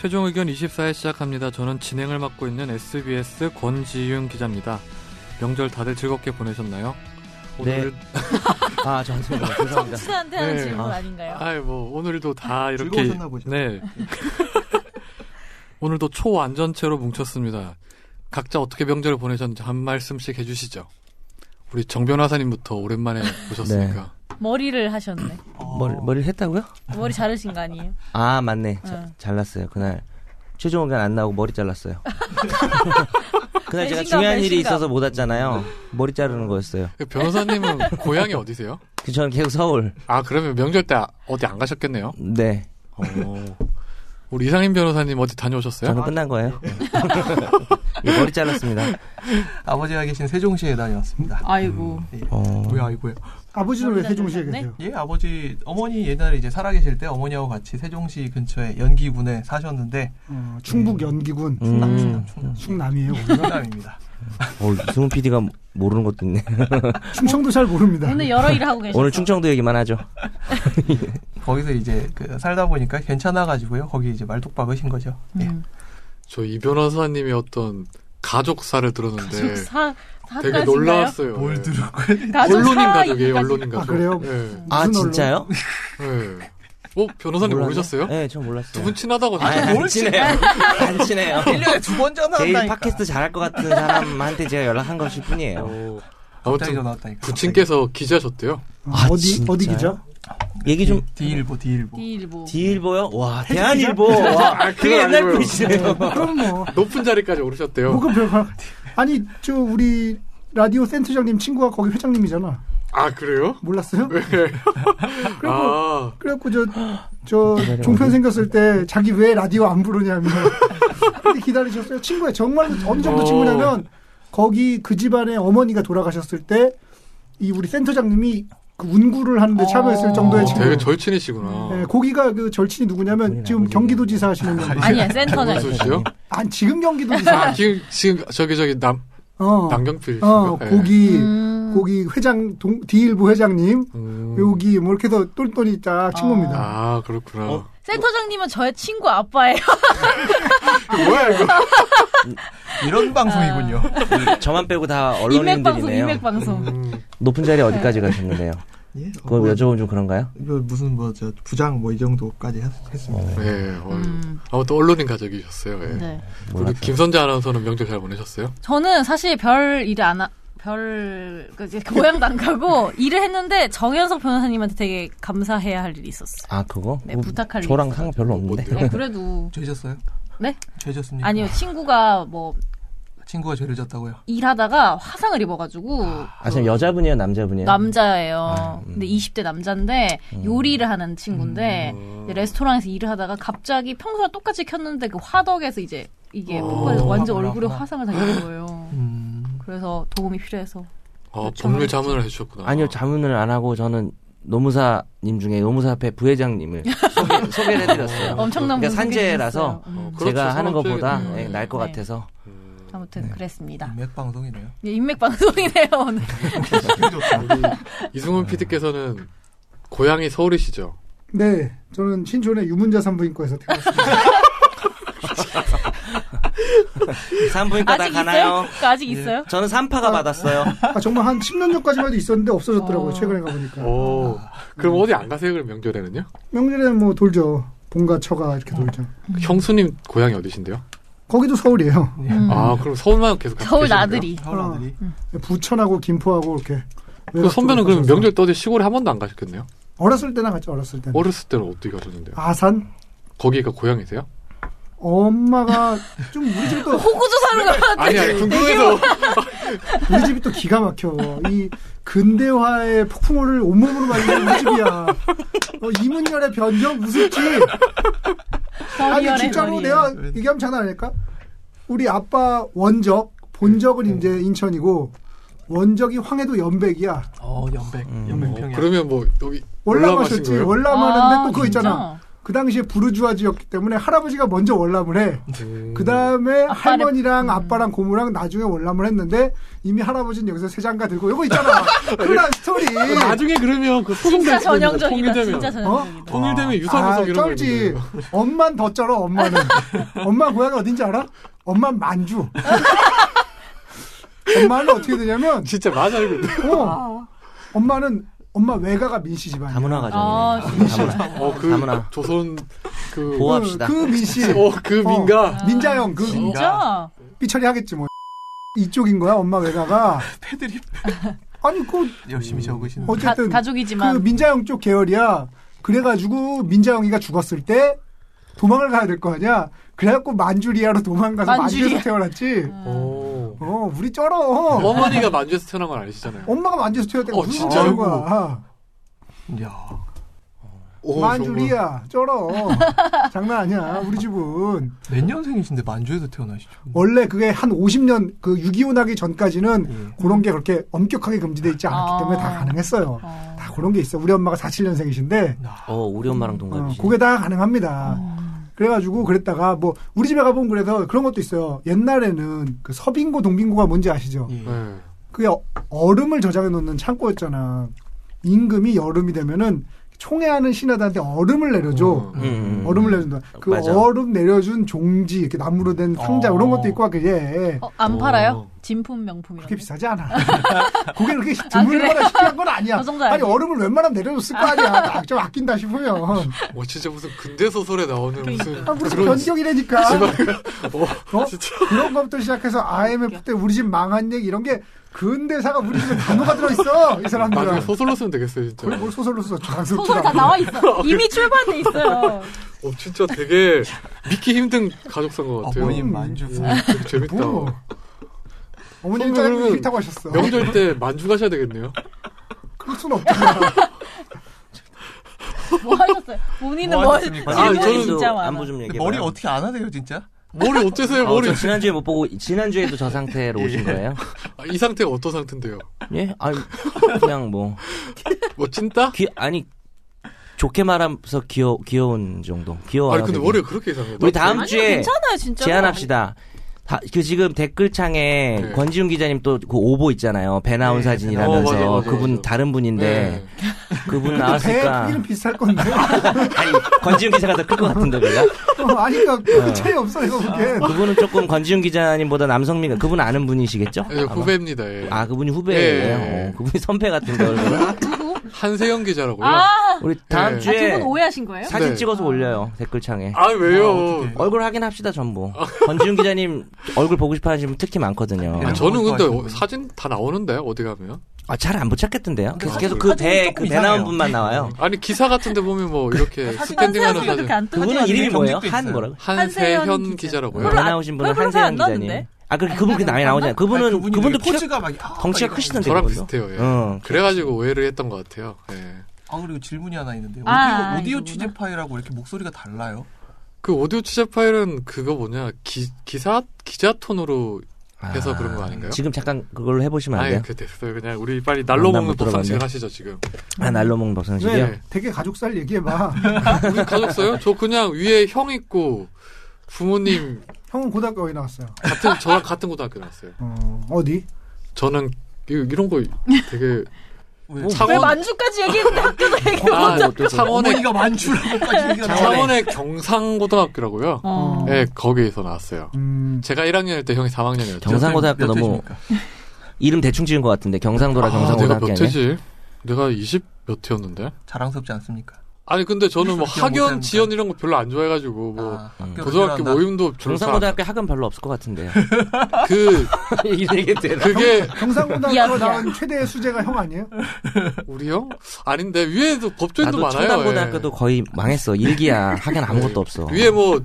최종 의견 24회 시작합니다. 저는 진행을 맡고 있는 SBS 권지윤 기자입니다. 명절 다들 즐겁게 보내셨나요? 오늘 아, 저한테 죄송합니다. 청취자한테 하는 네. 질문 아. 아닌가요? 아이 뭐 오늘도 다 이렇게 즐거우셨나 보죠. 네. 오늘도 초완전체로 뭉쳤습니다. 각자 어떻게 명절을 보내셨는지 한 말씀씩 해주시죠. 우리 정 변호사님부터 오랜만에 보셨으니까 머리를 하셨네. 머리, 어. 머리를 했다고요? 머리 자르신 거 아니에요? 아, 맞네. 자- 응. 잘랐어요. 그날 최종 의견 안 나오고 머리 잘랐어요. 그날 제가 배신감, 중요한 일이 배신감. 있어서 못 왔잖아요. 머리 자르는 거였어요. 변호사님은 고향이 어디세요? 그 저는 계속 서울. 아 그러면 명절 때 아- 어디 안 가셨겠네요. 네. 어, 우리 이상임 변호사님 어디 다녀오셨어요? 저는 끝난 거예요. 예, 머리 잘랐습니다. 아버지가 계신 세종시에 다녀왔습니다. 예. 아이고. 어, 뭐야 아이고야. 아버지는 왜 남자들 세종시에 같네? 계세요? 예, 아버지 어머니 옛날에 이제 살아계실 때 어머니하고 같이 세종시 근처에 연기군에 사셨는데 어, 충북 연기군 음. 충남 충남 충남이에요. 충남 충남입니다. 어, 이승훈 PD가 모르는 것도 있네. 충청도 잘 모릅니다. 오늘 여러 일을 하고 계셨어. 오늘 충청도 얘기만 하죠. 거기서 이제 그 살다 보니까 괜찮아가지고요. 거기 이제 말뚝 박으신 거죠. 예. 음. 저 이 변호사님의 어떤 가족사를 들었는데 사, 사까지인가요? 되게 놀라웠어요. 네. 들었고요? 가족 언론인 사 가족이에요. 얘기까지. 언론인 가족. 아, 그래요? 네. 아, 무슨 언론? 진짜요? 네. 어 변호사님 몰랐네. 모르셨어요? 네, 저 몰랐어요. 두 분 친하다고 아니, 예. 하셨는데. 안 친해요. 안 친해요. 1년에 두 제일 번 전화한다니까. 팟캐스트 잘할 것 같은 사람한테 제가 연락한 것일 뿐이에요. 어, 갑자기 아무튼 전화 그 왔다니까. 부친께서 기자셨대요. 어, 아, 어디 진짜요? 어디 기죠? 얘기 좀 D일보 D일보. D일보. 디일보요? 와 대한일보. 네. 와, 아, 그게 그건 옛날 아니고요. 분이시네요. 그럼 뭐 높은 자리까지 오르셨대요. 뭐가 별거 아니 저 우리 라디오 센터장님 친구가 거기 회장님이잖아. 아 그래요? 네. 몰랐어요? 아 그래갖고 저저 종편 생겼을 때 자기 왜 라디오 안 부르냐며 근데 기다리셨어요. 친구야 정말 어느 정도 어. 친구냐면 거기 그 집안에 어머니가 돌아가셨을 때 이 우리 센터장님이 그 운구를 하는데 참여했을 어. 정도의 어, 친구. 되게 절친이시구나. 예, 고기가 그 절친이 누구냐면 본인 지금 아버지. 경기도지사 하시는 분. 아니야, 무슨 센터장. 소시요? 아 지금 경기도지사. 아 지금 지금 저기 저기 남 어. 남경필 어, 씨인가? 예. 고기, 음. 고기 회장, 동, 디일부 회장님, 음. 여기, 뭐, 이렇게 해서 똘똘이 딱 친구입니다. 아 그렇구나. 어? 센터장님은 저의 친구 아빠예요. 이거 뭐야 이거? 아. 이런 방송이군요. 저만 빼고 다 인맥방송, 네. 언론인들이네요. 인맥방송. 음, 높은 자리 어디까지 가셨는데요? 예. 그걸 뭐, 여쭤보면 좀 그런가요? 네, 이거 무슨 뭐 저 부장 뭐 이 정도까지 했- 했습니다. 예, 어, 음. 아무튼 언론인 가족이셨어요. 예. 네. 우리 몰랐어요. 김선재 아나운서는 명절 잘 보내셨어요? 저는 사실 별 일을 안 하, 별, 그, 이제 고향도 안 가고 일을 했는데 정현석 변호사님한테 되게 감사해야 할 일이 있었어요. 아 그거? 네, 뭐 부탁할 일이 저랑 있어가지고. 상관 별로 없는데. 뭔데요? 네, 그래도. 죄졌어요? 네? 죄졌습니까? 아니요, 친구가 뭐 친구가 죄를 졌다고요. 일하다가 화상을 입어가지고 아 지금 여자분이에요, 남자분이에요? 뭐. 남자예요. 아, 음. 근데 20대 남자인데 요리를 하는 친구인데 이제 레스토랑에서 일을 하다가 갑자기 평소랑 똑같이 켰는데 그 화덕에서 이제 이게 어. 뭔가 완전 화가 얼굴에 올라왔구나. 화상을 당한 거예요. 음. 그래서 도움이 필요해서 아, 그렇죠. 법률 자문을 해주셨구나. 어, 아니요, 자문을 안 하고 저는 노무사님 중에 노무사 협회 부회장님을 소개, 소개를 해드렸어요. 엄청난 그러니까 분들이 산재라서 계셨어요. 음, 그렇죠. 제가 하는 사업주의- 것보다 음. 예, 나을 것 네. 같아서 아무튼 그랬습니다. 인맥 방송이네요. 예, 인맥 방송이네요 오늘. 아. 이승훈 PD께서는 고향이 서울이시죠? 네, 저는 신촌의 유문자 산부인과에서 태어났습니다. 산부인과 아직 다 그러니까 있어요? 가나요? 그거 아직 있어요? 저는 산파가 받았어요. 아, 정말 한 10년 전까지만 해도 있었는데 없어졌더라고요, 어. 최근에 가보니까. 오. 그럼 어디 안 가세요? 그럼 명절에는요? 명절에 뭐 돌죠. 본가, 처가 이렇게 돌죠. 형수님 고향이 어디신데요? 거기도 서울이에요. 음. 아, 그럼 서울만 계속 가고 서울 계시는데요? 나들이. 서울 아들이 부천하고 김포하고 이렇게. 그렇죠. 그 선배는 그럼 가셔서. 명절 때 어디 시골에 한 번도 안 가셨겠네요? 어렸을 때나 갔죠, 어렸을 때는. 어렸을 때는 어디 가셨는데요? 아산? 거기가 고향이세요? 엄마가 좀 우리 집도 호구조사를 가. 아니, 아니, 궁금해서. 우리 집이 또 기가 막혀. 이 근대화의 폭풍우를 온몸으로 맞는 우리 집이야. 어, 이문열의 변경 무섭지. 아니 진짜로 내가 얘기하면 장난 아닐까? 우리 아빠 원적 본적은 네. 이제 인천이고 원적이 황해도 연백이야. 어 연백 어, 연백평야 그러면 뭐, 여기 월남하셨지. 올라가신 거예요? 월남하는데 또 그거 있잖아. 그 당시에 부르주아지였기 때문에 할아버지가 먼저 월남을 해. 네. 그 다음에 아빠를- 할머니랑 음. 아빠랑 고모랑 나중에 월남을 했는데 이미 할아버지는 여기서 세장가 들고 이거 있잖아. 그런 스토리. 나중에 그러면 그 진짜 소송될 수도 있는 전형적이다. 통일되면 진짜 전형적이다. 통일되면 아, 네, 유사구속 이런 거 쩔지. 있는데. 엄만 더 쩔어, 엄마는. 엄마 고향이 어딘지 알아? 엄마 만주. 엄마는 어떻게 되냐면, 진짜 맞아 이거. 어, 엄마는, 엄마 외가가 민씨 집안이야. 다문화 아, 가정이에요. 다문화. 어그 다문화. 조선 그 보아. 그, 뭐 합시다. 그 민씨. 어그 아. 민가 민자형, 그 진짜? 삐처리 하겠지, 뭐. 이쪽인 거야, 엄마 외가가. 패드립 아니, 그, 열심히 적으시는. 음. 가, 어쨌든. 가족이지만. 그 민자영 쪽 계열이야. 그래가지고 민자영이가 죽었을 때 도망을 가야 될 거 아니야. 그래갖고 만주리아로 도망가서 만주리아. 만주에서 태어났지. 오. 어, 우리 쩔어. 어머니가 만주에서 태어난 건 아니시잖아요. 엄마가 만주에서 태어났다. 어, 어, 진짜요? 는 거야. 야. 오, 만주리아 쩔어. 장난 아니야. 우리 집은 몇 년생이신데 만주에서 태어나시죠? 원래 그게 한 50년 그 6.25 나기 전까지는 예. 그런 게 그렇게 엄격하게 금지돼 있지 않았기 때문에 다 아. 가능했어요. 어. 다 그런 게 있어. 우리 엄마가 47년생이신데 어, 우리 엄마랑 동갑이시. 그게 다 가능합니다. 그래가지고 그랬다가 뭐 우리 집에 가보면 그래서 그런 것도 있어요. 옛날에는 그 서빙고 동빙고가 뭔지 아시죠? 예. 네. 그게 어- 얼음을 저장해 놓는 창고였잖아. 임금이 여름이 되면은 총애하는 신하들한테 얼음을 내려줘. 음. 음. 얼음을 내준다. 그 맞아. 얼음 내려준 종지, 이렇게 나무로 된 상자 어. 이런 것도 있고 그게 어, 안 어. 팔아요? 진품 명품이라. 그렇게 비싸지 않아. 그게 그렇게 드물거나 쉽게 한건 아니야. 그 정도 아니 알지. 얼음을 웬만하면 내려줬을 거 아니야. 좀 아낀다 싶으면. 어 진짜 무슨 근대 소설에 나오는 그러니까. 무슨 아, 무슨 변경이라니까. 어, 어? 진짜 그런 것부터 시작해서 IMF 때 우리 집 망한 얘기 이런 게 근대사가 우리 집에 단어가 들어있어 이 나중에 사람들은 소설로 쓰면 되겠어요 진짜. 거의 뭐 뭘 소설로 썼죠 소설 다 강석주가 나와 있어. 이미 출판돼 있어요. 어 진짜 되게 믿기 힘든 가족상 것 같아요. 어머님 만주. 예, 되게 재밌다. 뭐. 어머님 선생님, 짜장면 그러면 싫다고 하셨어 명절 때 만주 가셔야 되겠네요. 그럴 순 없잖아 뭐 하셨어요? 본인은 뭐 뭐 하셨습니까? 아, 질문이 질문이 저는 진짜 저도 많아. 안부 좀 예, 얘기해. 머리 어떻게 안 하세요 진짜? 머리 어째서요 머리? 저 지난주에 못 보고 지난주에도 저 상태로 오신 거예요? 아, 이 상태가 어떤 상태인데요? 예? 아니 그냥 뭐 뭐 찐따? 귀, 아니 좋게 말하면서 귀여 귀여운 정도. 귀여워. 아니 근데 머리가 그렇게 이상해요. 네. 우리 나- 다음 아니요, 주에 괜찮아요, 진짜. 제안합시다. 다- 그 지금 댓글창에 네. 권지훈 기자님 또 그 오보 있잖아요. 배 나온 네, 사진이라면서 어, 맞아, 맞아, 그분 맞아. 다른 분인데 네. 그분 배 나왔으니까 크기는 비슷할 건데 아니 권지훈 기자가 더 클 것 같은데 내가 어, 아니까 네. 그 차이 없어 내가 보기엔 그분은 조금 권지훈 기자님보다 남성미가 그분 아는 분이시겠죠? 예, 후배입니다. 예. 아 그분이 후배예요. 예. 어, 그분이 선배 같은데 얼굴. 한세영 기자라고요. 아, 우리 다음 예. 아, 주에 두분 오해하신 거예요? 사진 네. 찍어서 올려요 댓글창에. 아, 아, 왜요? 어떡해. 얼굴 확인합시다 전부. 권지훈 기자님 얼굴 보고 싶어 하시는 분 특히 많거든요. 아, 저는 근데 좋아하시는 어, 분이. 사진 다 나오는데 어디 가면? 아, 잘 안 붙였겠던데요. 계속 사진- 계속 그 사진이 배 조금 그 배 이상해요. 나온 분만 나와요. 아니 기사 같은데 보면 뭐 이렇게 스탠딩하는 한세현이가 사진 그렇게 안 그분은 뜨거워요. 이름이 뭐예요? 경직도 한 있어요. 뭐라고? 한세현 한세현 기자라고요. 배 별로 안- 나오신 분은 별로 그렇게 한세현 안 기자님. 나왔는데? 아, 그 그분 그 남이 나오잖아요. 아니, 그분은 그분도 어. 되게 키가 포즈가 막 아, 덩치가 막 크시던데 저랑 그분도. 비슷해요. 예. 응. 그래가지고 오해를 했던 것 같아요. 예. 이러고. 아 그리고 질문이 하나 있는데 오디오, 아, 오디오 이거구나. 취재 파일하고 이렇게 목소리가 달라요? 그 오디오 취재 파일은 그거 뭐냐 기, 기사 기자 톤으로 해서 그런 거 아닌가요? 지금 잠깐 그걸로 해보시면 안 아예 돼요? 그 됐어요. 그냥 우리 빨리 날로 아, 나 먹는 못 법상식을 들어봤네. 하시죠 지금. 아, 날로 먹는 밥상식이요? 네. 되게 가족살 얘기해봐 우리 가족 써요? 저 그냥 위에 형 있고 부모님 형은 고등학교 어디 나왔어요 같은 저랑 같은 고등학교 나왔어요. 어, 어디? 저는 이- 이런 거 되게 어, 뭐, 왜? 왜 창원 만주까지 얘기했는데 학교도 얘기 아, 뭐 어때서? 창원의 어머니가 만주라고까지 얘기가 나와요. 창원의 경상고등학교라고요. 어. 예, 거기에서 나왔어요. 음, 제가 1학년일 때 형이 4학년이었죠. 경상- 경상고등학교 몇 너무- 회십니까? 이름 대충 지은 것 같은데 경상도라 내가 경상고등학교 몇 아니에요? 회지? 내가 20 몇 회였는데? 자랑스럽지 않습니까? 아니 근데 저는 뭐 기억 못 학연 합니까? 지연 이런 거 별로 안 좋아해가지고 뭐 아, 학교 고등학교 들어간다. 모임도 별로 경상고등학교 학은 별로 없을 것 같은데요. 잘 안- 그 이런 얘기 되나? 그게 경상고등학교 미안, 나온 최대의 수재가 형 아니에요? 우리 형 아닌데 위에도 법조인도 나도 많아요. 청담고등학교도 거의 망했어. 일기야. 학엔 예. 아무것도 없어. 위에 뭐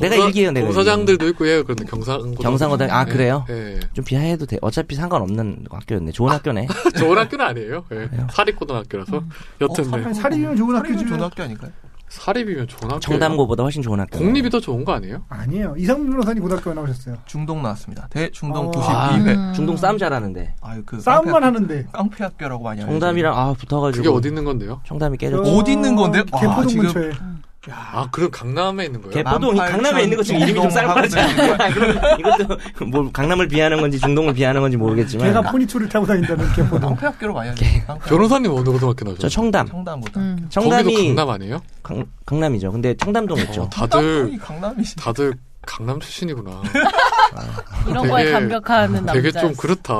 내가 검사- 일기예요, 내가 검사장들도 있고 예 그런데 경상고등학교 경상고등학교- 아, 예, 그래요? 예. 좀 비하해도 돼. 어차피 상관없는 학교였네. 좋은 아, 학교네. 좋은 학교는 아니에요. 예. 사립고등학교라서 여튼 어, 네. 아니, 사립이면 좋은 학교 사립은 지 좋은 학교 아닐까요? 사립이면 좋은 학교 청담고보다 훨씬 좋은 학교. 공립이 더 좋은 거 아니에요? 아니에요 이상민 변호사님 고등학교 안 나오셨어요 중동 나왔습니다. 대중동 어. 92회. 아, 네. 중동 싸움 잘하는데. 아유 그 싸움만 하는데 깡패 학교라고 많이 알려져 청담이랑 아 네. 그게 붙어가지고 어디 있는 건데요? 청담이 깨졌. 어디 있는 건데? 와, 개포동 지금- 근처에 아, 그럼 강남에 있는 거예요? 개포동 이 강남에 있는 것 지금 이름이 좀 쌀쌀하지 않아요? 그럼 이것도 뭐 강남을 비하는 건지 중동을 비하는 건지 모르겠지만 걔가 포니초를 타고 다닌다는 개포동. 방패학교로 가야 돼. 변호사님 어느 고등학교 나오죠? 저 청담 청담보다. 음. 거기도 청담이 강남 아니에요? 강, 강남이죠. 근데 청담동 있죠. 어, 다들 이 강남이지. 다들 강남 출신이구나. 이런 거에 되게- 감격하는 남자. 되게 좀 그렇다.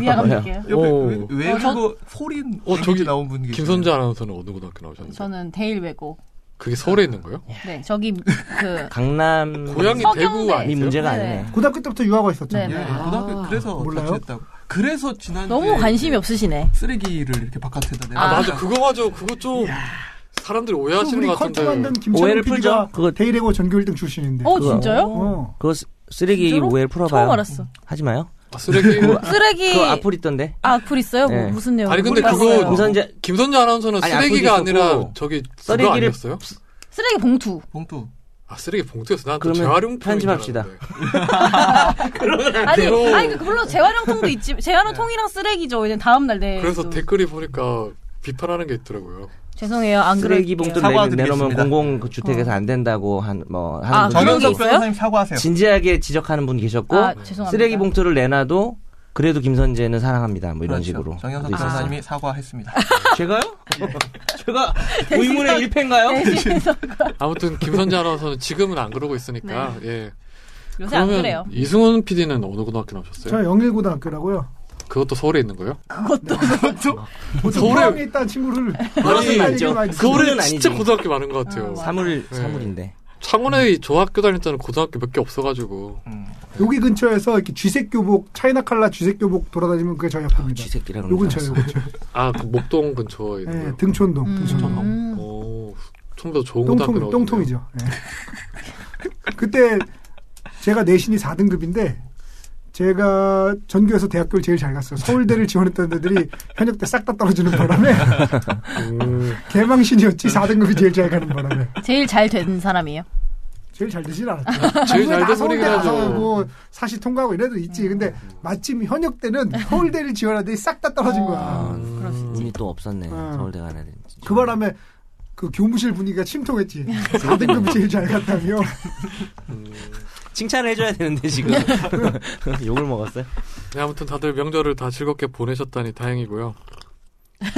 미안합니게요 옆에 오. 외- 외국어 소린 어, 저기 나온 분 계세요. 김선재 아나운서는 어느 고등학교 나오셨는데? 저는 대일 외고. 그게 서울에 있는 거예요? 네, 저기 그 강남이 고향이 대구 서경대. 아니에요? 문제가 네. 아니네. 고등학교 때부터 유학가 있었잖아요. 예, 네. 고등학교 아, 그래서 몰라요? 다녔다고. 그래서 지난 너무 관심이 없으시네. 쓰레기를 이렇게 바깥에다 내가 아, 아. 맞아. 그거 맞아. 그거 좀 사람들이 그 오해하시는 우리 것 컨트 같은데. 아, 만든 김찬우 오해를 풀죠. PD가 그거- 대일애고 전교 1등 출신인데. 어 그거- 진짜요? 어. 그거 쓰- 쓰레기 진짜로? 오해를 처음 풀어봐요. 알았어. 예. 하지 마요. 아, 쓰레기. 쓰레기 그거 악플 있던데. 아, 악플 있어요? 뭐 네. 무슨 내용? 아니, 근데 몰랐어요. 그거- 김선재 김선재 아나운서는 아니, 쓰레기가 앞쪽에 있었고, 아니라 저기 쓰레기 쓰레기를- 아니었어요? 쓰레기 봉투. 봉투. 아 쓰레기 봉투였어. 난또 그러면 재활용품 편집합시다. 아니, 네, 그거- 아니 그 물론 재활용통도 있지. 재활용통이랑 쓰레기죠. 이제 다음 날 네. 내. 그래서 댓글이 보니까 비판하는 게 있더라고요. 죄송해요. 안 쓰레기 그럴게요. 네. 어. 봉투 사과드리겠습니다. 내놓으면 공공 그 주택에서 안 된다고 한 뭐 하는 아, 분이 그런 게 전현석 있어요? 변호사님 사과하세요. 진지하게 지적하는 분 계셨고 아, 죄송합니다. 쓰레기 봉투를 내놔도 그래도 김선재는 사랑합니다. 뭐 이런 그렇죠. 식으로. 정현석 돼 있었어요. 변호사님이 사과했습니다. 그 제가요? 제가 의문의 일패인가요? 대신해서 아무튼 김선재 아나운서는 지금은 안 그러고 있으니까 예. 네. 요새 안 그러면 그래요. 이승훈 PD는 어느 고등학교 나오셨어요? 저 영일고등학교라고요. 뭐 그것도 서울에 있는 거예요? 보통 서울에- 포항에 있던 친구를 아니, 그 아니죠. 서울에 서울은 진짜 아니지. 고등학교 많은 것 같아요. 어, 맞아. 사물 네. 사물인데. 창원에 저학교 다닐 때는 고등학교 몇 개 없어가지고 음. 여기 근처에서 이렇게 쥐색 교복, 차이나 칼라 쥐색 교복 돌아다니면 그게 저희 학교입니다. 쥐새끼라 요 그러는 근처, 줄 요 알았어. 근처. 아 그 목동 근처에 있는 예, 거예요. 등촌동, 음. 등촌동. 오, 좀더 좋은 고등학교 네. 똥통, 나오셨네요. 똥통이죠. 예. 그때 제가 내신이 4등급인데 제가 전교에서 대학교를 제일 잘 갔어요. 서울대를 지원했던 애들이 현역 때 싹 다 떨어지는 바람에 음, 개망신이었지 4등급이 제일 잘 가는 바람에 제일 잘 된 사람이에요. 제일 잘 되진 않았죠. 제일 잘된 서울대 소리긴 하죠. 나서고 사실 통과하고 이래도 있지. 근데 마침 현역 때는 음. 서울대를 지원한 애들이 싹 다 떨어진 거야. 아, 그럴 수 있지. 운이 또 없었네. 음. 서울대 가야 돼. 그 바람에 그 교무실 분위기가 침통했지. 음. 4등급이 제일 잘 갔다며. 칭찬을 해줘야 되는데 지금 욕을 먹었어요. 네, 아무튼 다들 명절을 다 즐겁게 보내셨다니 다행이고요. 음.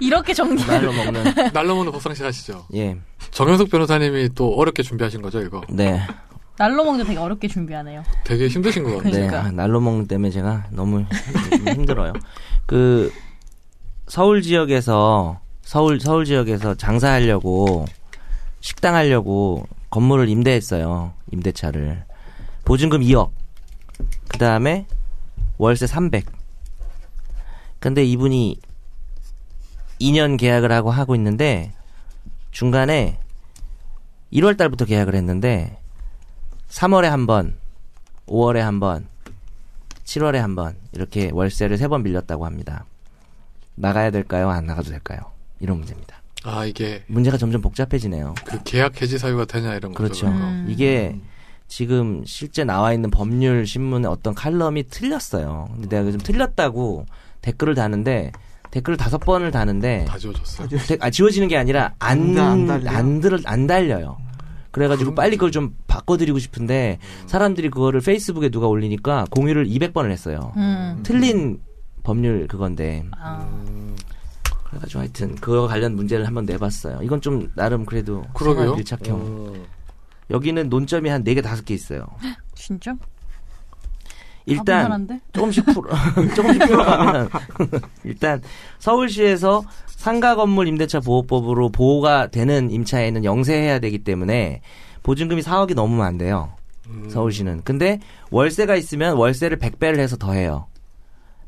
이렇게 정리. 날로 먹는. 날로 먹는 법상식 하시죠. 예, 정현석 변호사님이 또 어렵게 준비하신 거죠, 이거? 네, 날로 먹는 되게 어렵게 준비하네요. 되게 힘드신 것 같아요. 네. 그러니까. 아, 날로 먹는 때문에 제가 너무 좀 힘들어요. 그 서울 지역에서 서울 서울 지역에서 장사하려고 식당 하려고 건물을 임대했어요. 임대차를 보증금 2억. 그 다음에 월세 300. 근데 이분이 2년 계약을 하고 하고 있는데 중간에 1월 달부터 계약을 했는데 3월에 한 번, 5월에 한 번, 7월에 한 번 이렇게 월세를 세 번 밀렸다고 합니다. 나가야 될까요? 안 나가도 될까요? 이런 문제입니다. 아, 이게 문제가 점점 복잡해지네요. 그 계약 해지 사유가 되냐 이런 거죠. 그렇죠. 그런 거. 음. 이게 지금 실제 나와 있는 법률 신문의 어떤 칼럼이 틀렸어요. 근데 내가 좀 틀렸다고 댓글을 다는데 댓글을 다섯 번을 다는데 다 지워졌어요. 데- 아, 지워지는 게 아니라 안 안 안 달려요? 들어 안 달려요. 그래가지고 그런 빨리 그걸 좀 바꿔드리고 싶은데 사람들이 그거를 페이스북에 누가 올리니까 공유를 200번을 했어요. 음. 틀린 법률 그건데 아, 그래가지고 하여튼 그거 관련 문제를 한번 내봤어요. 이건 좀 나름 그래도 그러게요. 생활 밀착형. 음. 여기는 논점이 한 4개 5개 있어요. 진짜? 일단 조금씩 풀어 조금씩 풀어가면 일단 서울시에서 상가 건물 임대차 보호법으로 보호가 되는 임차에는 영세해야 되기 때문에 보증금이 4억이 넘으면 안 돼요. 음. 서울시는. 근데 월세가 있으면 월세를 100배를 해서 더 해요.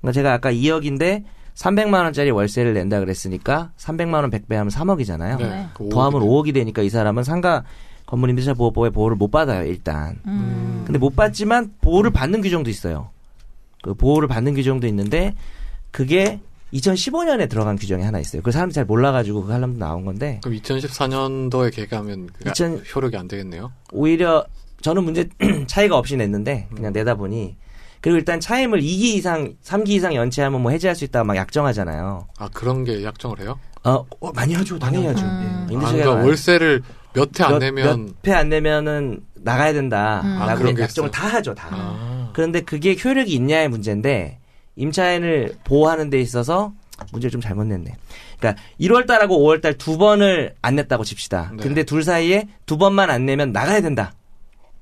그러니까 제가 아까 2억인데 300만 원짜리 월세를 낸다 그랬으니까 300만 원 100배 하면 3억이잖아요. 네. 그 더하면 오억이네요. 5억이 되니까 이 사람은 상가 건물 임대차 보호법의 보호를 못 받아요, 일단. 음. 근데 못 받지만 보호를 받는 규정도 있어요. 그 보호를 받는 규정도 있는데 그게 2015년에 들어간 규정이 하나 있어요. 그 사람들이 잘 몰라가지고 그 칼럼도 나온 건데 그럼 2014년도에 계약하면 그게 아, 2000 효력이 안 되겠네요. 오히려 저는 문제 차이가 없이 냈는데 그냥 내다 보니 그리고 일단 차임을 2기 이상, 3기 이상 연체하면 뭐 해지할 수 있다 막 약정하잖아요. 아 그런 게 약정을 해요? 어, 어, 많이 하죠, 당연히 하죠. 음. 아, 임대차 계약 그러니까 안- 월세를 몇 회 안 내면 몇 회 안 내면은 나가야 음. 아, 된다라고 그런 게 있어요? 약정을 다 하죠 다. 아, 그런데 그게 효력이 있냐의 문제인데 임차인을 보호하는 데 있어서 문제를 좀 잘못 냈네. 그러니까 1월 달하고 5월 달 두 번을 안 냈다고 칩시다. 네. 근데 둘 사이에 두 번만 안 내면 나가야 된다.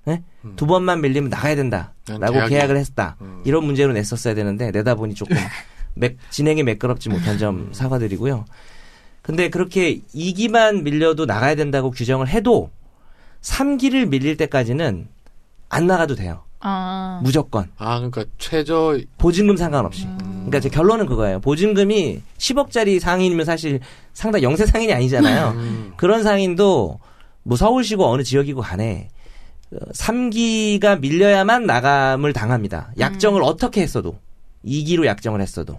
네? 음. 두 번만 밀리면 나가야 된다라고 계약이- 계약을 했다. 음. 네. 이런 문제로 냈었어야 되는데 내다 보니 조금 매- 진행이 매끄럽지 못한 점 음. 사과드리고요. 근데 그렇게 2기만 밀려도 나가야 된다고 규정을 해도 3기를 밀릴 때까지는 안 나가도 돼요. 아. 무조건. 아 그러니까 최저 보증금 상관없이. 음. 그러니까 제 결론은 그거예요. 보증금이 10억짜리 상인이면 사실 상당히 영세 상인이 네. 아니잖아요. 음. 그런 상인도 뭐 서울시고 어느 지역이고 간에 3기가 밀려야만 나감을 당합니다. 음. 약정을 어떻게 했어도 2기로 약정을 했어도